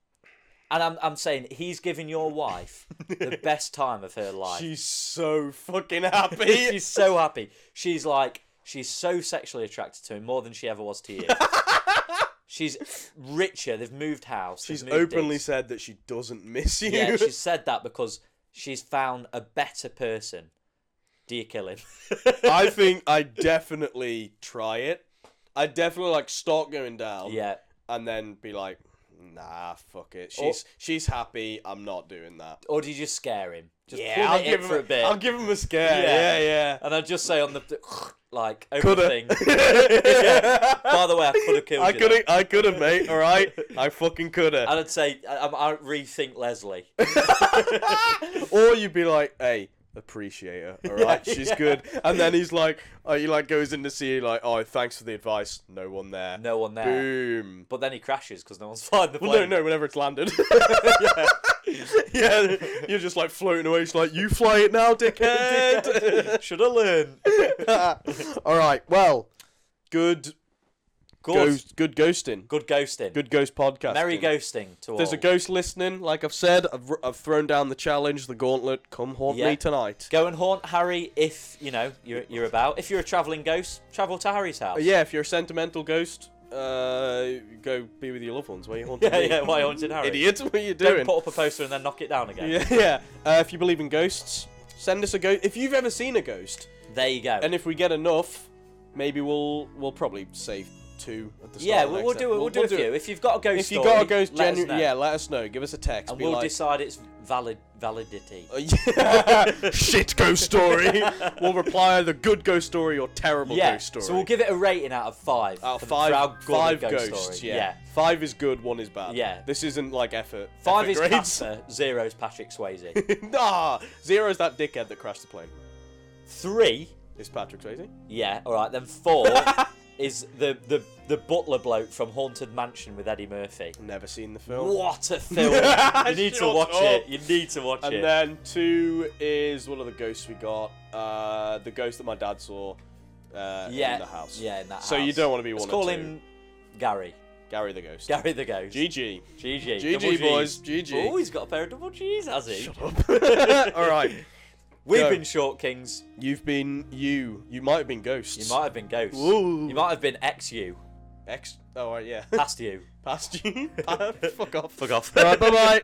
S1: And I'm, I'm saying he's giving your wife the best time of her life.
S2: She's so fucking happy.
S1: she's so happy. She's like, she's so sexually attracted to him more than she ever was to you. she's richer. They've moved house. they've
S2: she's
S1: moved
S2: openly
S1: digs.
S2: said that she doesn't miss you.
S1: Yeah, she said that because she's found a better person. Do you kill him?
S2: I think I definitely try it. I definitely like start going down.
S1: yeah.
S2: and then be like, nah, fuck it. She's she's happy. I'm not doing that.
S1: Or do you just scare him? Just
S2: yeah,
S1: pull
S2: I'll
S1: it in
S2: give him
S1: for a bit.
S2: I'll give him a scare. Yeah,
S1: Yeah.
S2: yeah.
S1: And I'll just say on the like open
S2: Coulda.
S1: thing. By the way, I could have killed
S2: I
S1: you.
S2: could
S1: there.
S2: have, I could have, mate. All right, I fucking could have.
S1: And I'd say I, I I'd rethink Leslie.
S2: Or you'd be like, hey, appreciate her. All right, she's good. And then he's like, oh, he like goes in to see you, like, oh, thanks for the advice. No one there.
S1: No one there.
S2: Boom.
S1: But then he crashes because no one's flying the plane.
S2: Well, no, no. Whenever it's landed. yeah. you're just like floating away. She's like, you fly it now, dickhead.
S1: Should have learned.
S2: All right. Well, good
S1: Good,
S2: Ghost, good ghosting.
S1: good ghosting.
S2: Good ghost podcast.
S1: Merry ghosting to
S2: If There's
S1: all.
S2: a ghost listening. Like I've said, I've, r- I've thrown down the challenge, the gauntlet. Come haunt
S1: Yeah.
S2: me tonight.
S1: Go and haunt Harry if you know you're, you're about. If you're a travelling ghost, travel to Harry's house.
S2: But yeah, if you're a sentimental ghost, uh, go be with your loved ones. Where you haunting
S1: yeah,
S2: me?
S1: yeah. Why haunted Harry?
S2: Idiots, what are you
S1: Don't
S2: doing?
S1: put up a poster and then knock it down again.
S2: yeah, yeah. Uh, if you believe in ghosts, send us a ghost. If you've ever seen a ghost,
S1: There you go.
S2: and if we get enough, maybe we'll we'll probably save two at the start.
S1: yeah,
S2: of
S1: we'll,
S2: next
S1: we'll do it.
S2: episode.
S1: We'll, do a few. If you've got a ghost
S2: If you
S1: story,
S2: got a ghost,
S1: let us
S2: genu-
S1: know.
S2: yeah, let us know. Give us a text.
S1: and
S2: be
S1: we'll
S2: like,
S1: decide its valid validity.
S2: Uh, yeah. Shit ghost story. we'll reply either good ghost story or terrible
S1: yeah.
S2: ghost story.
S1: So we'll give it a rating out of five.
S2: Out
S1: Uh, for the-
S2: of
S1: for our
S2: five,
S1: good
S2: five
S1: ghost
S2: ghosts.
S1: story.
S2: Yeah. five is good, one is bad.
S1: Yeah.
S2: this isn't like effort.
S1: Five
S2: effort
S1: is
S2: grades.
S1: Casper, zero is Patrick Swayze.
S2: nah, zero is that dickhead that crashed the plane.
S1: Three,
S2: Is Patrick Swayze?
S1: yeah, all right. Then four is the, the the butler bloke from Haunted Mansion with Eddie Murphy.
S2: Never seen the film.
S1: What a film! you need to
S2: Shut
S1: watch
S2: up.
S1: it. You need to watch
S2: And
S1: it.
S2: then two is what are the ghosts we got? Uh, the ghost that my dad saw. Uh,
S1: yeah,
S2: in the house.
S1: Yeah, in that
S2: So
S1: house.
S2: you don't want to be
S1: Let's
S2: one
S1: call
S2: or two.
S1: him Gary.
S2: Gary the ghost.
S1: Gary the ghost.
S2: GG.
S1: GG.
S2: GG,
S1: Double Gs.
S2: boys, GG.
S1: Oh, he's got a pair of double G's, has he?
S2: All right.
S1: We've
S2: Go.
S1: been short kings.
S2: You've been you. You might have been ghosts.
S1: You might have been ghosts.
S2: Ooh.
S1: You might have been ex you,
S2: Ex. Oh right, yeah.
S1: past you.
S2: Past you. Fuck off.
S1: Fuck off.
S2: All right. Bye bye.